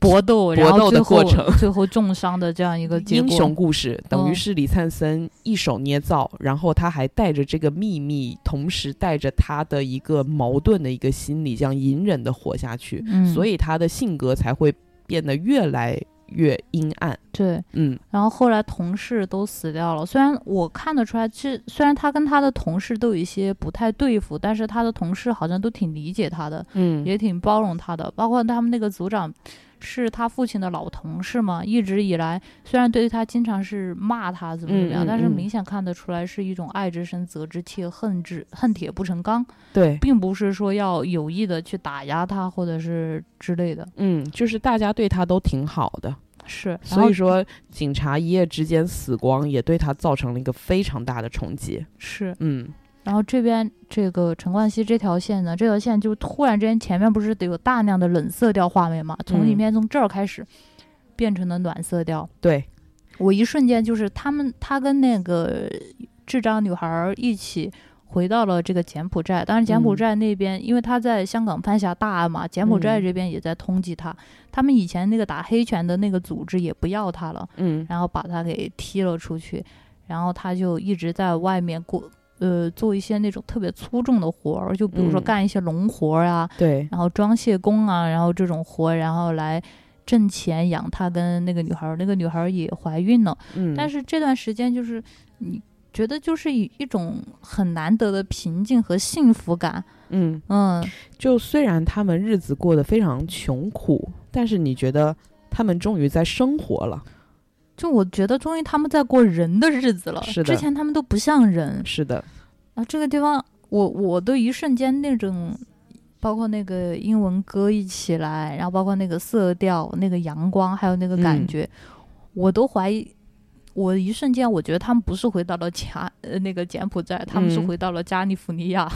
搏斗，然
搏
后
斗的
最后
过程
最后重伤的这样一个结
英
果。
雄故事，等于
嗯
是李灿森一手捏造，然后他还带着这个秘密，同时带着他的一个矛盾的一个心理，这样隐忍的活下去，
嗯，
所以他的性格才会变得越来越阴暗。
对，
嗯，
然后后来同事都死掉了。虽然我看得出来，其实虽然他跟他的同事都有一些不太对付，但是他的同事好像都挺理解他的，
嗯
也挺包容他的。包括他们那个组长，是他父亲的老同事嘛，一直以来虽然对他经常是骂他怎么怎么样，
嗯嗯
但是
嗯
明显看得出来是一种爱之深责之切，恨之恨铁不成钢，
对，
并不是说要有意的去打压他或者是之类的。
嗯，就是大家对他都挺好的，
是，然
所
后
以说警察一夜之间死光，也对他造成了一个非常大的冲击。
是。
嗯，
然后这边这个陈冠希这条线呢，这条线就突然之间前面不是得有大量的冷色调画面嘛，从里
嗯
面从这儿开始变成了暖色调。
对，
我一瞬间就是他们他跟那个智障女孩儿一起。回到了这个柬埔寨，当然柬埔
嗯
寨那边，因为他在香港犯下大案嘛，柬埔寨
嗯
这边也在通缉他。他们以前那个打黑拳的那个组织也不要他了，
嗯
然后把他给踢了出去，然后他就一直在外面过呃做一些那种特别粗重的活儿，就比如说
嗯
干一些农活儿啊，
对，
然后装卸工啊，然后这种活儿，然后来挣钱养她跟那个女孩儿，那个女孩儿也怀孕了。
嗯，
但
是
是这段时间就是你觉得就是以一种很难得的平静和幸福感，
嗯，
嗯，
就虽然他们日子过得非常穷苦，但是你觉得他们终于在生活了。
就我觉得终于他们在过人的日子了，
是的
之前他们都不像人。
是的，
然后这个地方，我我都一瞬间那种。包括那个英文歌一起来，然后包括那个色调、那个阳光，还有那个感
嗯
觉，我都怀疑，我一瞬间我觉得他们不是回到了柬呃那个柬埔寨，他们是
嗯
回到了加利福尼亚。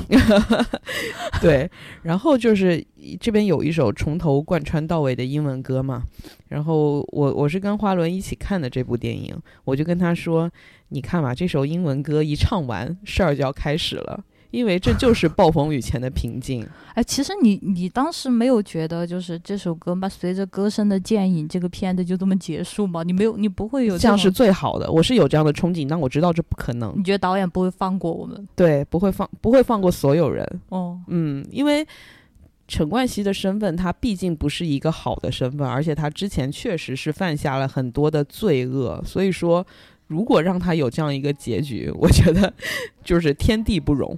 对。然后就是这边有一首从头贯穿到尾的英文歌嘛，然后我我是跟花轮一起看的这部电影，我就跟他说：“你看吧，这首英文歌一唱完，事儿就要开始了，因为这就是暴风雨前的平静。
哎，其实你你当时没有觉得就是这首歌嘛，随着歌声的渐引，这个片子就这么结束吗？你没有，你不 会有这
这样
种
是最好的。”我是有这样的憧憬，但我知道这不可能，
你觉得导演不会放过我们？
对，不会放不会放过所有人。
哦，
嗯，因为陈冠希的身份，他毕竟不是一个好的身份，而且他之前确实是犯下了很多的罪恶，所以说。如果让他有这样一个结局，我觉得就是天地不容。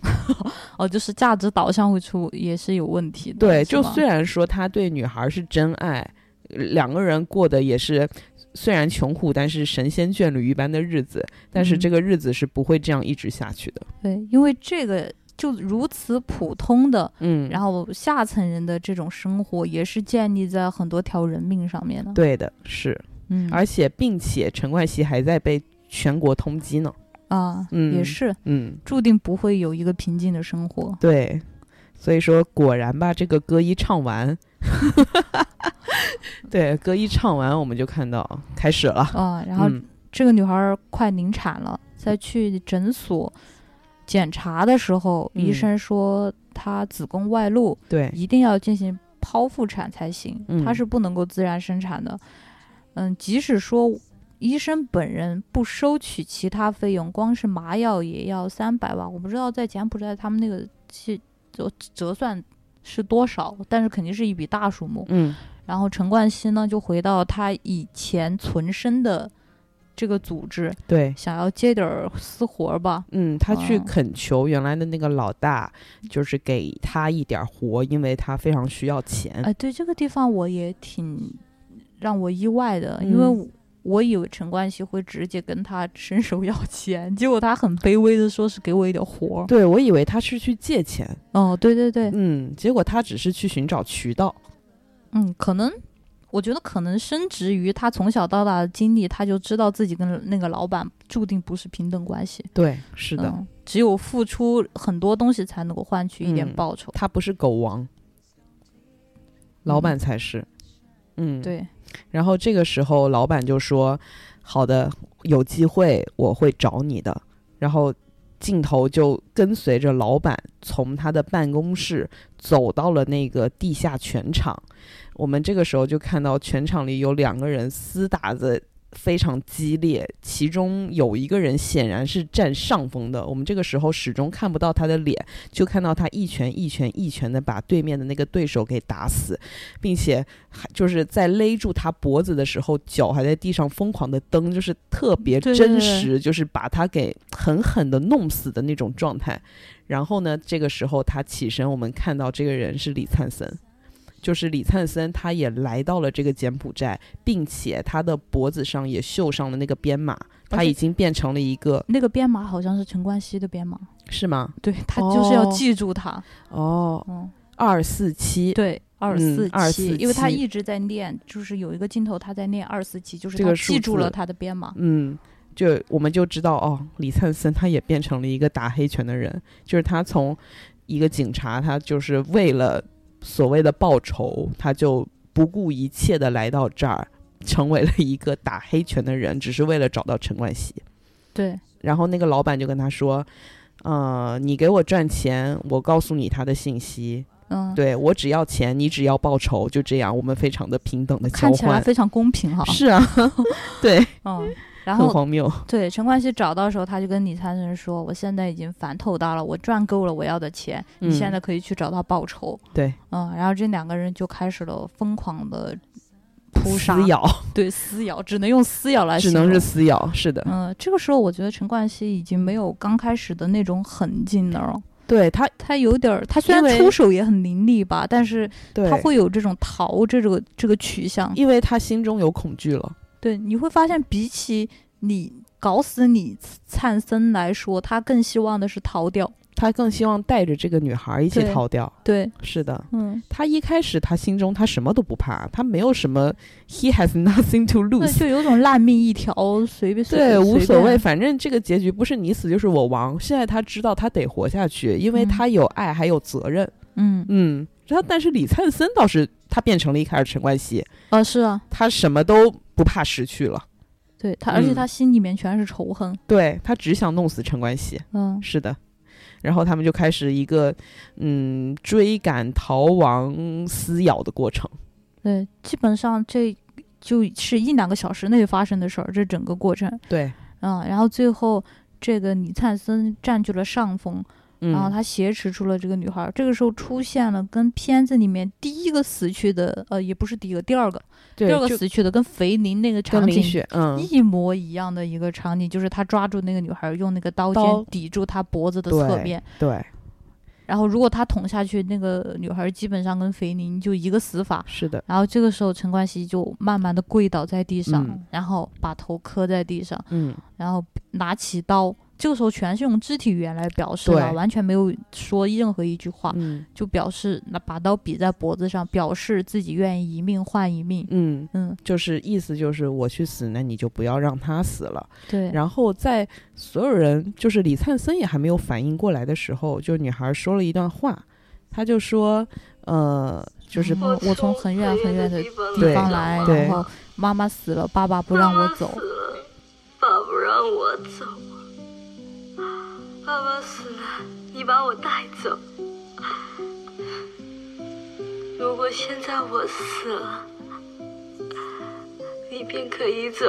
哦，就是价值导向会出也是有问题的，
对，
是
就
吗
虽然说他对女孩是真爱，两个人过的也是虽然穷苦，但是神仙眷侣一般的日子，但是
嗯
这个日子是不会这样一直下去的。
对，因为这个就如此普通的，
嗯，
然后下层人的这种生活也是建立在很多条人命上面的。，
对的，是。
嗯，
而且并且陈冠希还在被全国通缉呢。
啊，
嗯
也是
嗯，
注定不会有一个平静的生活。
对，所以说果然吧，这个歌一唱完， 对，歌一唱完我们就看到开始了。
啊，然后
嗯
这个女孩儿快临产了，在去诊所检查的时候，医
嗯
生说她子宫外露，
对，
一定要进行剖腹产才行，
嗯
她是不能够自然生产的。嗯，即使说医生本人不收取其他费用，光是麻药也要三百万，我不知道在柬埔寨他们那个去折折算是多少，但是肯定是一笔大数目。
嗯
然后陈冠希呢就回到他以前存身的这个组织，
对。
想要接点儿私活儿吧。
嗯，他去
哦
恳求原来的那个老大，就是给他一点活，因为他非常需要钱。
哎，对这个地方我也挺让我意外的，因为
嗯
我我以为陈冠希会直接跟他伸手要钱，结果他很卑微的说是给我一点活儿。
对我以为他是去借钱，
哦，对对对，
嗯，结果他只是去寻找渠道。
嗯，可能我觉得可能深植于他从小到大的经历，他就知道自己跟那个老板注定不是平等关系。
对，是的，
嗯，只有付出很多东西才能够换取一点
嗯
报酬。
他不是狗王，老板才是。嗯，。
对，
然后这个时候，老板就说：“好的，有机会我会找你的。”然后镜头就跟随着老板从他的办公室走到了那个地下拳场。我们这个时候就看到拳场里有两个人厮打的非常激烈，其中有一个人显然是占上风的。我们这个时候始终看不到他的脸，就看到他一拳一拳一拳的把对面的那个对手给打死，并且还就是在勒住他脖子的时候，脚还在地上疯狂的蹬，就是特别
对对
真
对
实，就是把他给狠狠的弄死的那种状态。然后呢，这个时候他起身，我们看到这个人是李灿森。就是李灿森，他也来到了这个柬埔寨，并且他的脖子上也绣上了那个编码，他已经变成了一个
那个编码好像是陈冠希的编码，
是吗？
对他就是要
哦
记住他。
哦，
嗯，
二四七，
对，二
嗯
四七，
247
因为他一直在念，就是有一个镜头他在念二四七，就是
这
他
个数
记住了
字
他的编码。
嗯，就我们就知道哦，李灿森他也变成了一个打黑拳的人，就是他从一个警察，他就是为了所谓的报仇，他就不顾一切的来到这儿，成为了一个打黑拳的人，只是为了找到陈冠希。
对，
然后那个老板就跟他说：“呃，你给我赚钱，我告诉你他的信息。
嗯，
对我只要钱，你只要报酬，就这样，我们非常的平等的交
看起来
换。
非常公平哈。
是啊，对，
嗯，然
很
后
荒谬。
对，陈冠希找到的时候，他就跟李灿森说：“我现在已经烦透他了，我赚够了我要的钱，
嗯
你现在可以去找他报仇。
对，”
嗯，然后这两个人就开始了疯狂的扑杀，
撕咬，
对撕咬，只能用撕咬来
只
形
能
容。
是撕咬，是的。
嗯，这个时候我觉得陈冠希已经没有刚开始的那种狠劲了哦，
对他，
他有点儿，他虽然
因为
出手也很凌厉吧，但是
对
他会有这种逃这个这个取向。
因为他心中有恐惧了。
对，你会发现，比起你搞死你灿森来说，他更希望的是逃掉。
他更希望带着这个女孩一起
对
逃掉。
对，
是的，
嗯，
他一开始他心中他什么都不怕，他没有什么，he has nothing to
那
lose，
就有种烂命一条，随便随
嗯对，无
随
所谓，
便
反正这个结局不是你死就是我亡。现在他知道他得活下去，因为
嗯
他有爱还有责任。
嗯，
嗯，他但是李灿森倒是他变成了一开始陈冠希，
啊，是啊，
他什么都不怕失去了，
对他，而且
嗯
他心里面全是仇恨。
对他只想弄死陈冠希。
嗯，
是的。然后他们就开始一个嗯追赶、逃亡、撕咬的过程。
对，基本上这就是一两个小时内发生的事儿，这整个过程。
对，
嗯，然后最后这个李灿森占据了上风，
嗯，
然后他挟持住了这个女孩儿。这个时候出现了跟片子里面第一个死去的，呃，也不是第一个，第二个，
对
第二个
就
死去的跟肥林那个
跟
场
林
景
雪，嗯，
一模一样的一个场景，就是他抓住那个女孩儿，用那个刀
刀
尖抵住她脖子的侧
对
面，
对，
然后如果他捅下去，那个女孩儿基本上跟肥林就一个死法。
是的，
然后这个时候，陈冠希就慢慢的跪倒在地上，
嗯
然后把头磕在地上，
嗯，
然后拿起刀。这个时候全是用肢体语言来表示
对
的，完全没有说任何一句话，
嗯
就表示那把刀比在脖子上，表示自己愿意一命换一命。
嗯，
嗯，
就是意思就是我去死，那你就不要让他死了。
对，
然后在所有人就是李灿森也还没有反应过来的时候，就女孩说了一段话，她就说，呃，就是
嗯我从很远很远的地
对
方来，
对
然后妈妈死了，爸爸不让我走。
爸不让我走，爸爸死了，你把我带走。如果现在我死了，你便可以走。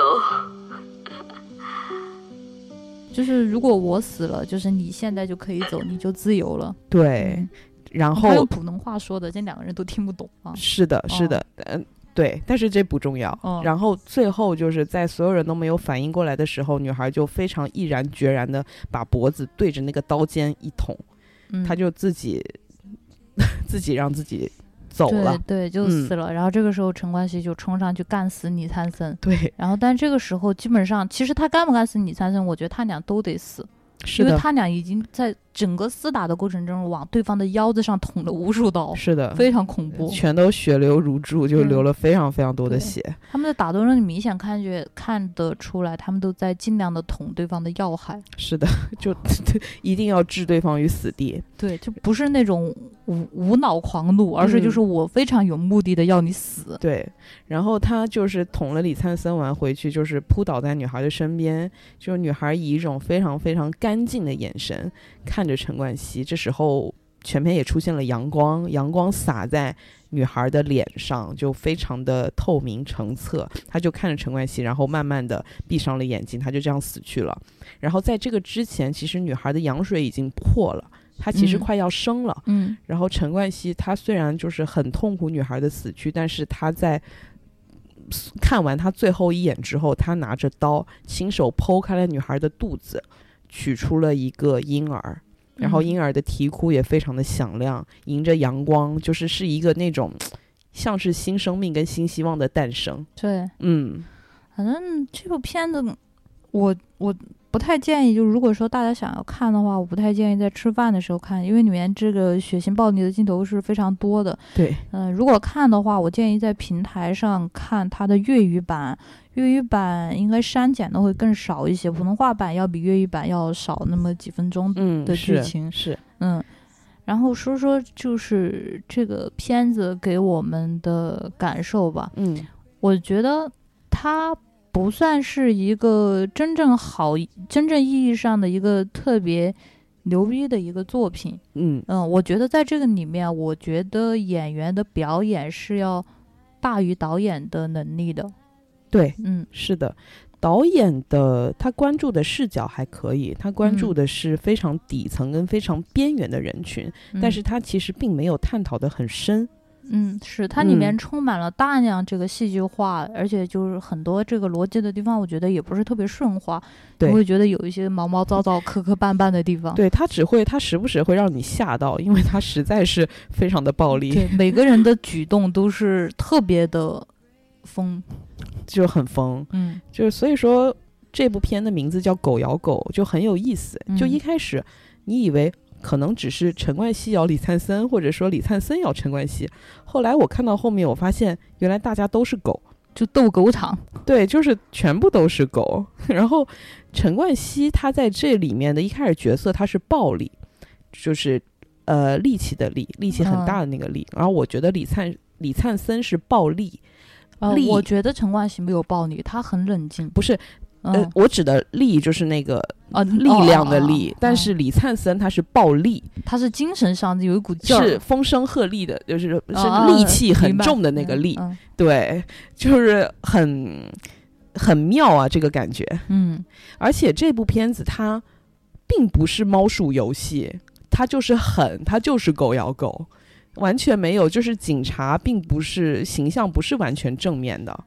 就是如果我死了，就是你现在就可以走，你就自由了。
对
嗯，，
然
他用
后
普通话说的，这两个人都听不懂啊。
是的，是
哦
的，嗯。对，但是这不重要。
哦
然后最后就是在所有人都没有反应过来的时候，女孩就非常毅然决然的把脖子对着那个刀尖一捅，
嗯，
她就自己 自己让自己走了。
对对，就
嗯
死了。然后这个时候，陈冠希就冲上去干死李灿森。
对，
然后，但这个时候基本上，其实他干不干死李灿森，我觉得他俩都得死，
是
因为
的，
他俩已经在整个厮打的过程中往对方的腰子上捅了无数刀，
是的，
非常恐怖。
全都血流如注，就流
嗯
了非常非常多的
对
血。
他们的打斗让你明显看觉看得出来，他们都在尽量的捅对方的要害。
是的， 就一定要置对方于死地。
对，就不是那种无无脑狂怒，而是
嗯
就是我非常有目的的要你死。
对，然后他就是捅了李灿森完回去，就是扑倒在女孩的身边，就是女孩以一种非常非常干净的眼神看着陈冠希。这时候全片也出现了阳光，阳光洒在女孩的脸上，就非常的透明澄澈。他就看着陈冠希，然后慢慢的闭上了眼睛，他就这样死去了。然后在这个之前，其实女孩的羊水已经破了，她其实
嗯
快要生了。
嗯，
然后陈冠希他虽然就是很痛苦女孩的死去，但是他在看完他最后一眼之后，他拿着刀亲手剖开了女孩的肚子，取出了一个婴儿。然后
嗯
婴儿的啼哭也非常的响亮，迎着阳光，就是是一个那种像是新生命跟新希望的诞生。
对，
嗯，
反正这部片子，我我不太建议，就如果说大家想要看的话，我不太建议在吃饭的时候看，因为里面这个血腥暴力的镜头是非常多的。
对，
嗯、如果看的话，我建议在平台上看它的粤语版，粤语版应该删减的会更少一些，普通话版要比粤语版要少那么几分钟。
嗯，
的
是
剧情
是，
嗯，然后说说就是这个片子给我们的感受吧。
嗯，
我觉得它不算是一个真正好、真正意义上的一个特别牛逼的一个作品。
嗯，
嗯，我觉得在这个里面，我觉得演员的表演是要大于导演的能力的。
对，
嗯
是的，导演的他关注的视角还可以，他关注
嗯
的是非常底层跟非常边缘的人群，
嗯
但是他其实并没有探讨的很深。
嗯，是它里面
嗯
充满了大量这个戏剧化，而且就是很多这个逻辑的地方，我觉得也不是特别顺滑，你
对
会觉得有一些毛毛躁躁、磕磕绊绊的地方。
对他只会，他时不时会让你吓到，因为他实在是非常的暴力，
对，每个人的举动都是特别的疯，
就很疯。
嗯
就是所以说，这部片的名字叫《狗咬狗》，就很有意思。就
嗯
一开始你以为可能只是陈冠希咬李灿森，或者说李灿森咬陈冠希，后来我看到后面，我发现原来大家都是狗，
就斗狗场。
对，就是全部都是狗。 然后陈冠希他在这里面的一开始角色他是暴力，就是呃力气的力，力气很
嗯
大的那个力。然后我觉得李灿李灿森是暴力，
呃，
力
我觉得陈冠希没有暴力，他很冷静。
不是
嗯、
呃，我指的力就是那个
啊，
力量的力，嗯
哦哦哦
但是李灿森他是暴力，
他是精神上有一股劲儿，
是风声鹤唳的，就是
哦
是
哦
戾气很
明白
重的那个力，
嗯
对，就是很很妙啊，这个感觉。
嗯
而且这部片子它并不是猫鼠游戏，它就是狠，它就是狗咬狗，完全没有，就是警察并不是形象不是完全正面的，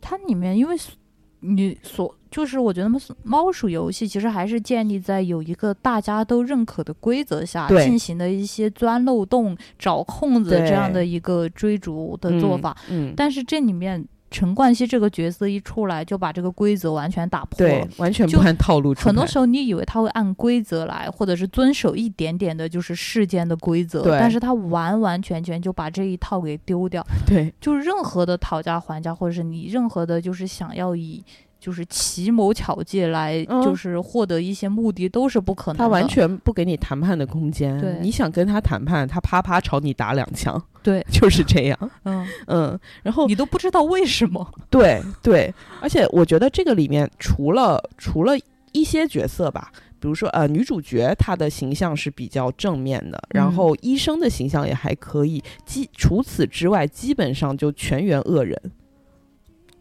它里面因为所你所就是我觉得猫鼠猫鼠游戏其实还是建立在有一个大家都认可的规则下
对
进行的一些钻漏洞、找空子这样
对
的一个追逐的做法，
嗯，嗯
但是这里面陈冠希这个角色一出来就把这个规则完全打破
对
了。，
完全
就
不按套路出牌。
很多时候，你以为他会按规则来，或者是遵守一点点的，就是事件的规则，
对
但是他完完全全就把这一套给丢掉。
对
就是任何的讨价还价，或者是你任何的，就是想要以就是奇谋巧计来，
嗯
就是获得一些目的，都是不可能的。
他完全不给你谈判的空间。
对
你想跟他谈判，他啪啪朝你打两枪，
对，
就是这样。
嗯，
嗯，然后
你都不知道为什 么。
对对，而且我觉得这个里面除了除了一些角色吧，比如说呃女主角她的形象是比较正面的，然
嗯
后医生的形象也还可以，基除此之外基本上就全员恶人。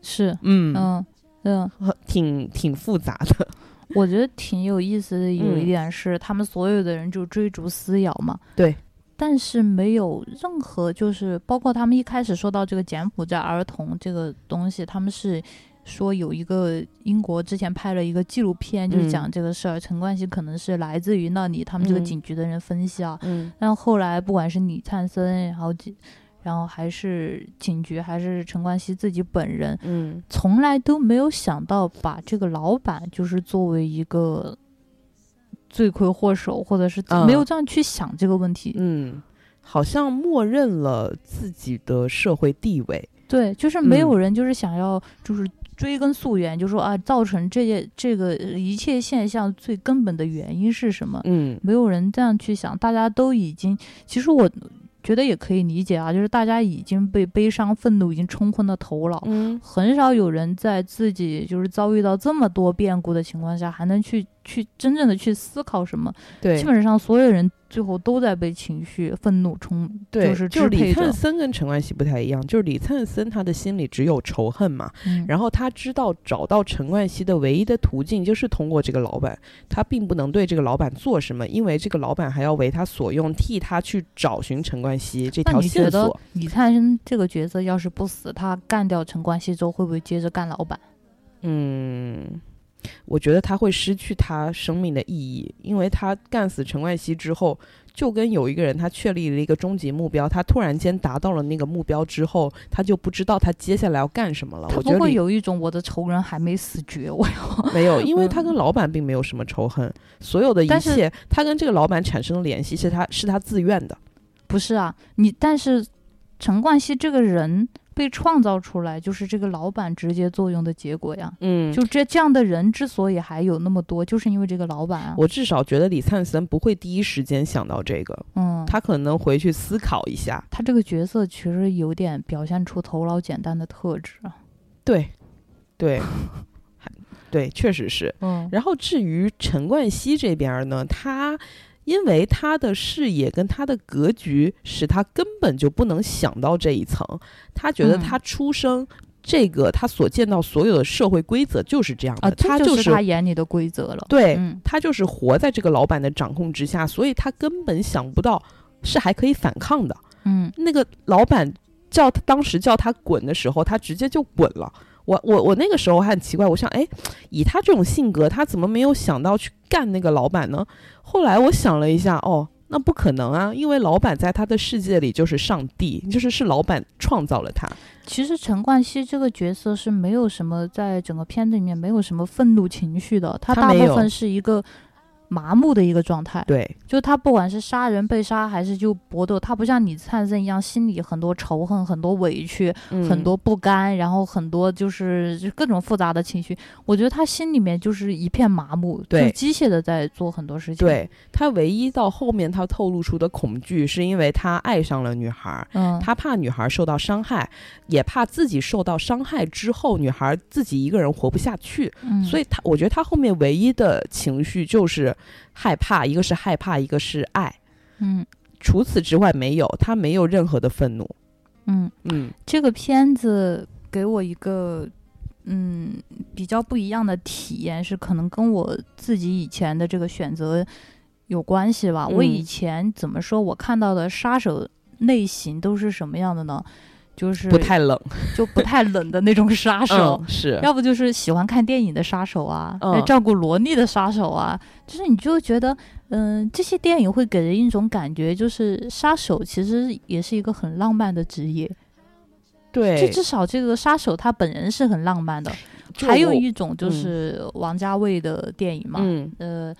是，
嗯，
嗯嗯，
很挺挺复杂的。
我觉得挺有意思的。有一
嗯
点是，他们所有的人就追逐撕咬嘛。
对。
但是没有任何，就是包括他们一开始说到这个柬埔寨儿童这个东西，他们是说有一个英国之前拍了一个纪录片，就是
嗯
讲这个事儿，陈冠希可能是来自于那里，他们这个
嗯
警局的人分析啊。
嗯
但后来不管是李灿森，然后警，然后还是警局，还是陈冠希自己本人，
嗯，
从来都没有想到把这个老板就是作为一个罪魁祸首，或者是
嗯
没有这样去想这个问题。
嗯，好像默认了自己的社会地位。
对，就是没有
嗯
人就是想要就是追根溯源，就说啊，造成这些这个一切现象最根本的原因是什么？
嗯
没有人这样去想，大家都已经，其实我觉得也可以理解啊，就是大家已经被悲伤、愤怒已经冲昏了头脑，
嗯，
很少有人在自己就是遭遇到这么多变故的情况下，还能去去真正的去思考什么。
对
基，本上所有人最后都在被情绪、愤怒冲，
对，
就是支
李
配着
灿。森跟陈冠希不太一样，就是李灿森他的心里只有仇恨嘛，
嗯
然后他知道找到陈冠希的唯一的途径就是通过这个老板，他并不能对这个老板做什么，因为这个老板还要为他所用，替他去找寻陈冠希这
那
条
你觉
线
得
索。
李灿森这个角色要是不死，他干掉陈冠希之后，会不会接着干老板？
嗯，我觉得他会失去他生命的意义，因为他干死陈冠希之后，就跟有一个人他确立了一个终极目标，他突然间达到了那个目标之后，他就不知道他接下来要干什么了。
他
啊我觉
不
得
会
李
有一种我的仇人还没死绝，我 要
没有，因为他
嗯
跟老板并没有什么仇恨，所有的一
但是
切，他跟这个老板产生的联系是他是他自愿的。
不是啊？你但是陈冠希这个人被创造出来，就是这个老板直接作用的结果呀。
嗯
就这这样的人之所以还有那么多，就是因为这个老板啊。
我至少觉得李灿森不会第一时间想到这个，
嗯，
他可能回去思考一下。
他这个角色其实有点表现出头脑简单的特质啊。
对，对，还对，确实是。
嗯
然后至于陈冠希这边儿呢，他因为他的视野跟他的格局，使他根本就不能想到这一层。他觉得
嗯
他出生这个他所见到所有的社会规则就是这样的，
啊，
他
这
就是
他眼里的规则了。
对、
嗯
他就是活在这个老板的掌控之下，所以他根本想不到是还可以反抗的。
嗯，
那个老板叫他当时叫他滚的时候，他直接就滚了。我我我那个时候还很奇怪，我想，哎，以他这种性格，他怎么没有想到去干那个老板呢？后来我想了一下，哦，那不可能啊，因为老板在他的世界里就是上帝，就是是老板创造了他。
其实陈冠希这个角色是没有什么在整个片子里面没有什么愤怒情绪的，他
他
大
没
部
有
分是一个麻木的一个状态。
对
就他不管是杀人被杀还是就搏斗，他不像李灿森一样心里很多仇恨、很多委屈、
嗯
很多不甘，然后很多就是就各种复杂的情绪。我觉得他心里面就是一片麻木，
对
就是机械的在做很多事情。，
对他唯一到后面他透露出的恐惧，是因为他爱上了女孩儿，
嗯，
他怕女孩受到伤害，也怕自己受到伤害之后，女孩自己一个人活不下去。
嗯
所以他，我觉得他后面唯一的情绪就是害怕，一个是害怕，一个是爱。
嗯
除此之外没有，他没有任何的愤怒。
嗯，
嗯，
这个片子给我一个嗯比较不一样的体验，是可能跟我自己以前的这个选择有关系吧。我
嗯
以前怎么说，我看到的杀手类型都是什么样的呢？就是
不太冷，
就不太冷的那种杀手。
嗯、是，
要不就是喜欢看电影的杀手啊，
嗯
来照顾萝莉的杀手啊，就是你就觉得，嗯、这些电影会给人一种感觉，就是杀手其实也是一个很浪漫的职业，就
对，
至少这个杀手他本人是很浪漫的。
就
还有
我
一种就是王家卫的电影嘛，
嗯
呃，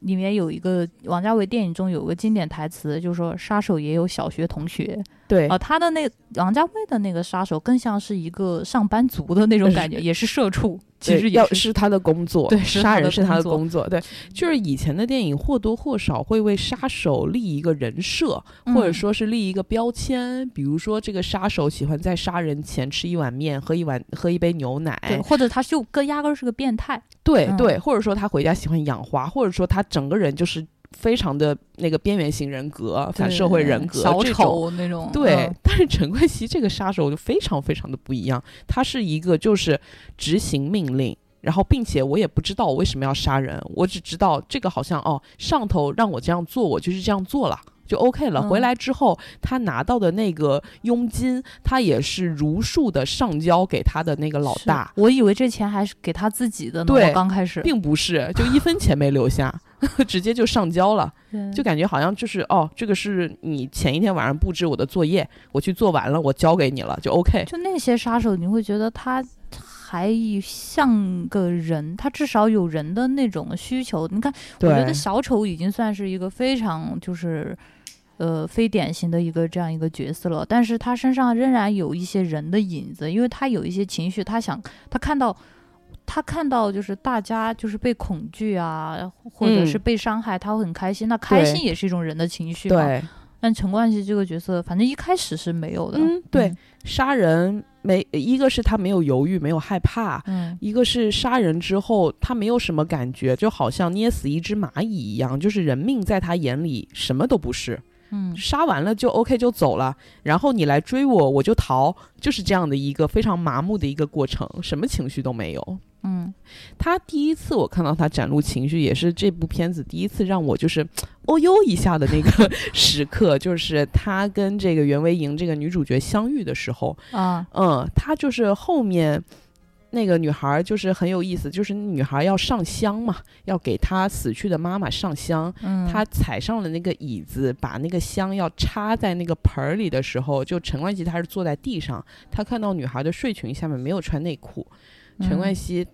里面有一个王家卫电影中有个经典台词，就是说杀手也有小学同学。
对
啊、他的那王家卫的那个杀手更像是一个上班族的那种感觉，也呃是社畜，其
对
实也
要
是
是他的工作，
对是他
杀人
的
是他的
工作
工作，对，就是以前的电影或多或少会为杀手立一个人设，或者
嗯
说是立一个标签，比如说这个杀手喜欢在杀人前吃一碗面，喝一碗喝一杯牛奶，
对，或者他就更压根儿是个变态。
对
嗯
对，或者说他回家喜欢养花，或者说他整个人就是非常的那个边缘型人
哦
格、反社会人格、
小
这种。
丑那种，
对，
嗯
但是陈冠希这个杀手就非常非常的不一样，他是一个就是执行命令，然后并且我也不知道我为什么要杀人，我只知道这个好像哦上头让我这样做，我就是这样做了。就 OK 了。
嗯
回来之后，他拿到的那个佣金，他也是如数的上交给他的那个老
是
大，
我以为这钱还是给他自己的呢。
对
我刚开始
并不是就一分钱没留下， 直接就上交了。
嗯
就感觉好像就是哦，这个是你前一天晚上布置我的作业，我去做完了，我交给你了，就 OK。
就那些杀手，你会觉得他还像个人，他至少有人的那种需求。你看，我觉得小丑已经算是一个非常就是。呃，非典型的一个这样一个角色了，但是他身上仍然有一些人的影子，因为他有一些情绪，他想，他看到，他看到就是大家就是被恐惧啊，或者
嗯
是被伤害，他会很开心。那开
对
心也是一种人的情绪嘛。
对，
但陈冠希这个角色，反正一开始是没有的。
嗯，对，杀人没一个是他没有犹豫，没有害怕。
嗯，
一个是杀人之后，他没有什么感觉，就好像捏死一只蚂蚁一样，就是人命在他眼里什么都不是，
嗯，嗯
杀完了就 OK 就走了，然后你来追我我就逃，就是这样的一个非常麻木的一个过程，什么情绪都没有。
嗯
他第一次我看到他展露情绪，也是这部片子第一次让我就是哦呦一下的那个 时刻，就是他跟这个袁惟莹这个女主角相遇的时候，
啊，
嗯，他就是后面。那个女孩儿就是很有意思，就是女孩儿要上香嘛，要给她死去的妈妈上香。
嗯，
她踩上了那个椅子，把那个香要插在那个盆儿里的时候，就陈冠希他是坐在地上，他看到女孩的睡裙下面没有穿内裤，陈冠
希，
希，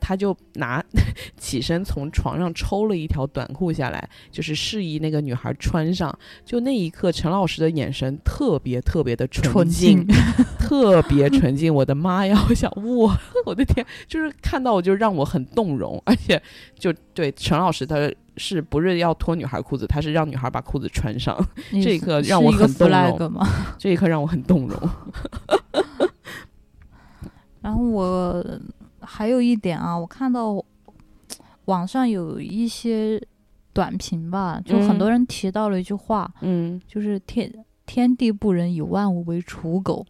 他就拿 起身从床上抽了一条短裤下来，就是示意那个女孩穿上。就那一刻，陈老师的眼神特别特别的
纯
净
净，
特别纯净。我的妈呀！ 我想，哇，我的天，就是看到我就让我很动容，而且就对陈老师他。是不是要脱女孩裤子？他是让女孩把裤子穿上，
你
这
是
个
是
让我
一个
很动容
flag 嘛。
这一刻让我很动容。
然后我还有一点啊，我看到网上有一些短评吧，就很多
嗯
人提到了一句话，
嗯
就是天。天地不仁，以万物为刍狗。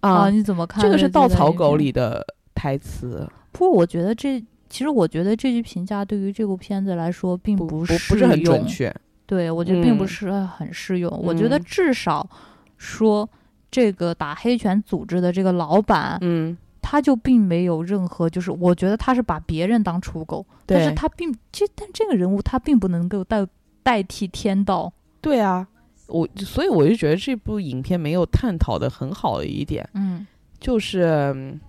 啊，
你怎么看？
这个是《稻草狗》。里的台词，
不过我觉得这，其实我觉得这句评价对于这部片子来说并
不不
适
不是很准
用
确。
对，我觉得并不
嗯
是很适用。我觉得
嗯
至少说，这个打黑拳组织的这个老板，
嗯，
他就并没有任何，就是我觉得他是把别人当刍狗，但是
对
他并这，但这个人物他并不能够代代替天道。
对啊，我所以我就觉得这部影片没有探讨的很好的一点
嗯
就是，嗯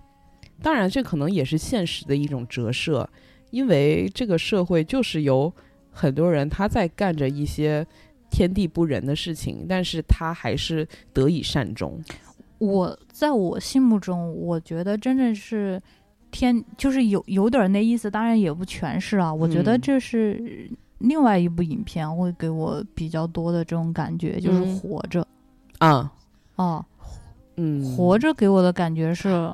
当然这可能也是现实的一种折射，因为这个社会就是有很多人他在干着一些天地不仁的事情，但是他还是得以善终。
我在我心目中，我觉得真正是天，就是有有点儿那意思，当然也不全是啊。我觉得
嗯
这是另外一部影片会给我比较多的这种感觉，就是
嗯
《活着》
啊，
啊，
嗯，
活着给我的感觉是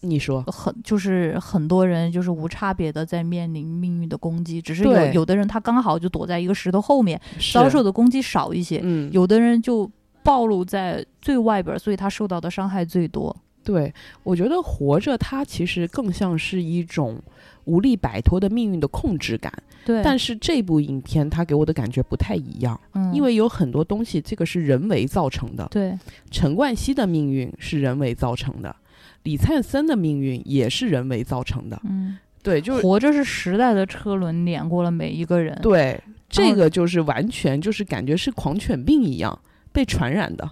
你说，
很，就是很多人就是无差别的在面临命运的攻击，只是有
对
有的人他刚好就躲在一个石头后面，
是
遭受的攻击少一些，
嗯
有的人就暴露在最外边儿，所以他受到的伤害最多。
对，我觉得活着它其实更像是一种无力摆脱的命运的控制感，
对，
但是这部影片它给我的感觉不太一样，
嗯
因为有很多东西这个是人为造成的，
对
陈冠希的命运是人为造成的，李灿森的命运也是人为造成的，
嗯，
对，就是
活着是时代的车轮碾过了每一个人。
对，
然
这
后
个就是完全就是感觉是狂犬病一样被传染的，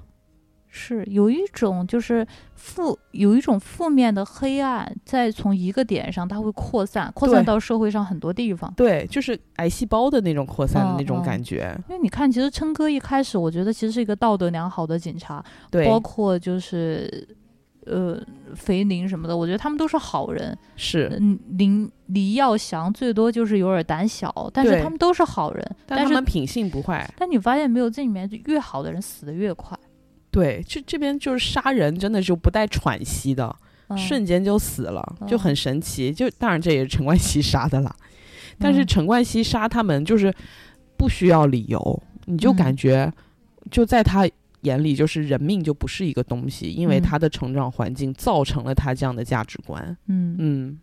是有一种就是负有一种负面的黑暗，在从一个点上，它会扩散，扩散
对
到社会上很多地方。
对，就是癌细胞的那种扩散的那
嗯
种
嗯
感觉，
因为你看，其实琛哥一开始，我觉得其实是一个道德良好的警察，
对，
包括就是呃肥林什么的，我觉得他们都是好人。
是，
嗯，林黎耀祥最多就是有点胆小，但是
对
他们都是好人。但
但他
是
们品性不坏。
但你发现没有，这里面就越好的人死的越快，
对，这这边就是杀人，真的就不带喘息的，
嗯、
瞬间就死了，
嗯
就很神奇。就当然这也是陈冠希杀的啦，但是
嗯
陈冠希杀他们就是不需要理由，你就
嗯
感觉就在他眼里，就是人命就不是一个东西，因为
嗯
他的成长环境造成了他这样的价值观。
嗯
嗯，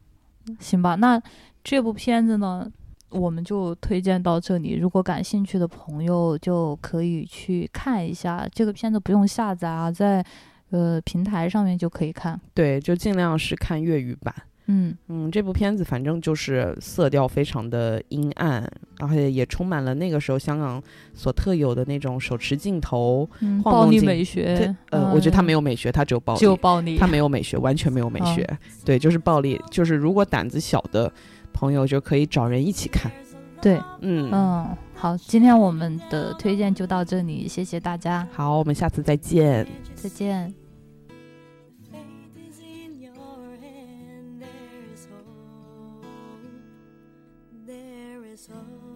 行吧，那这部片子呢，我们就推荐到这里。如果感兴趣的朋友，就可以去看一下这个片子，不用下载啊，在呃平台上面就可以看。
对，就尽量是看粤语版。
嗯
嗯，这部片子反正就是色调非常的阴暗，而且也充满了那个时候香港所特有的那种手持镜头。
嗯，
晃
暴
动
力
镜
美
对
学，，
呃，我觉得他
嗯
没有美学，他只有暴力，
只有暴力，
他没有美学，完全没有美学。对，就是暴力，就是如果胆子小的朋友就可以找人一起看。
对，
嗯，
嗯，好，今天我们的推荐就到这里，谢谢大家，
好，我们下次再见。
再见。
Faith is in your hand. There is hope. There is hope.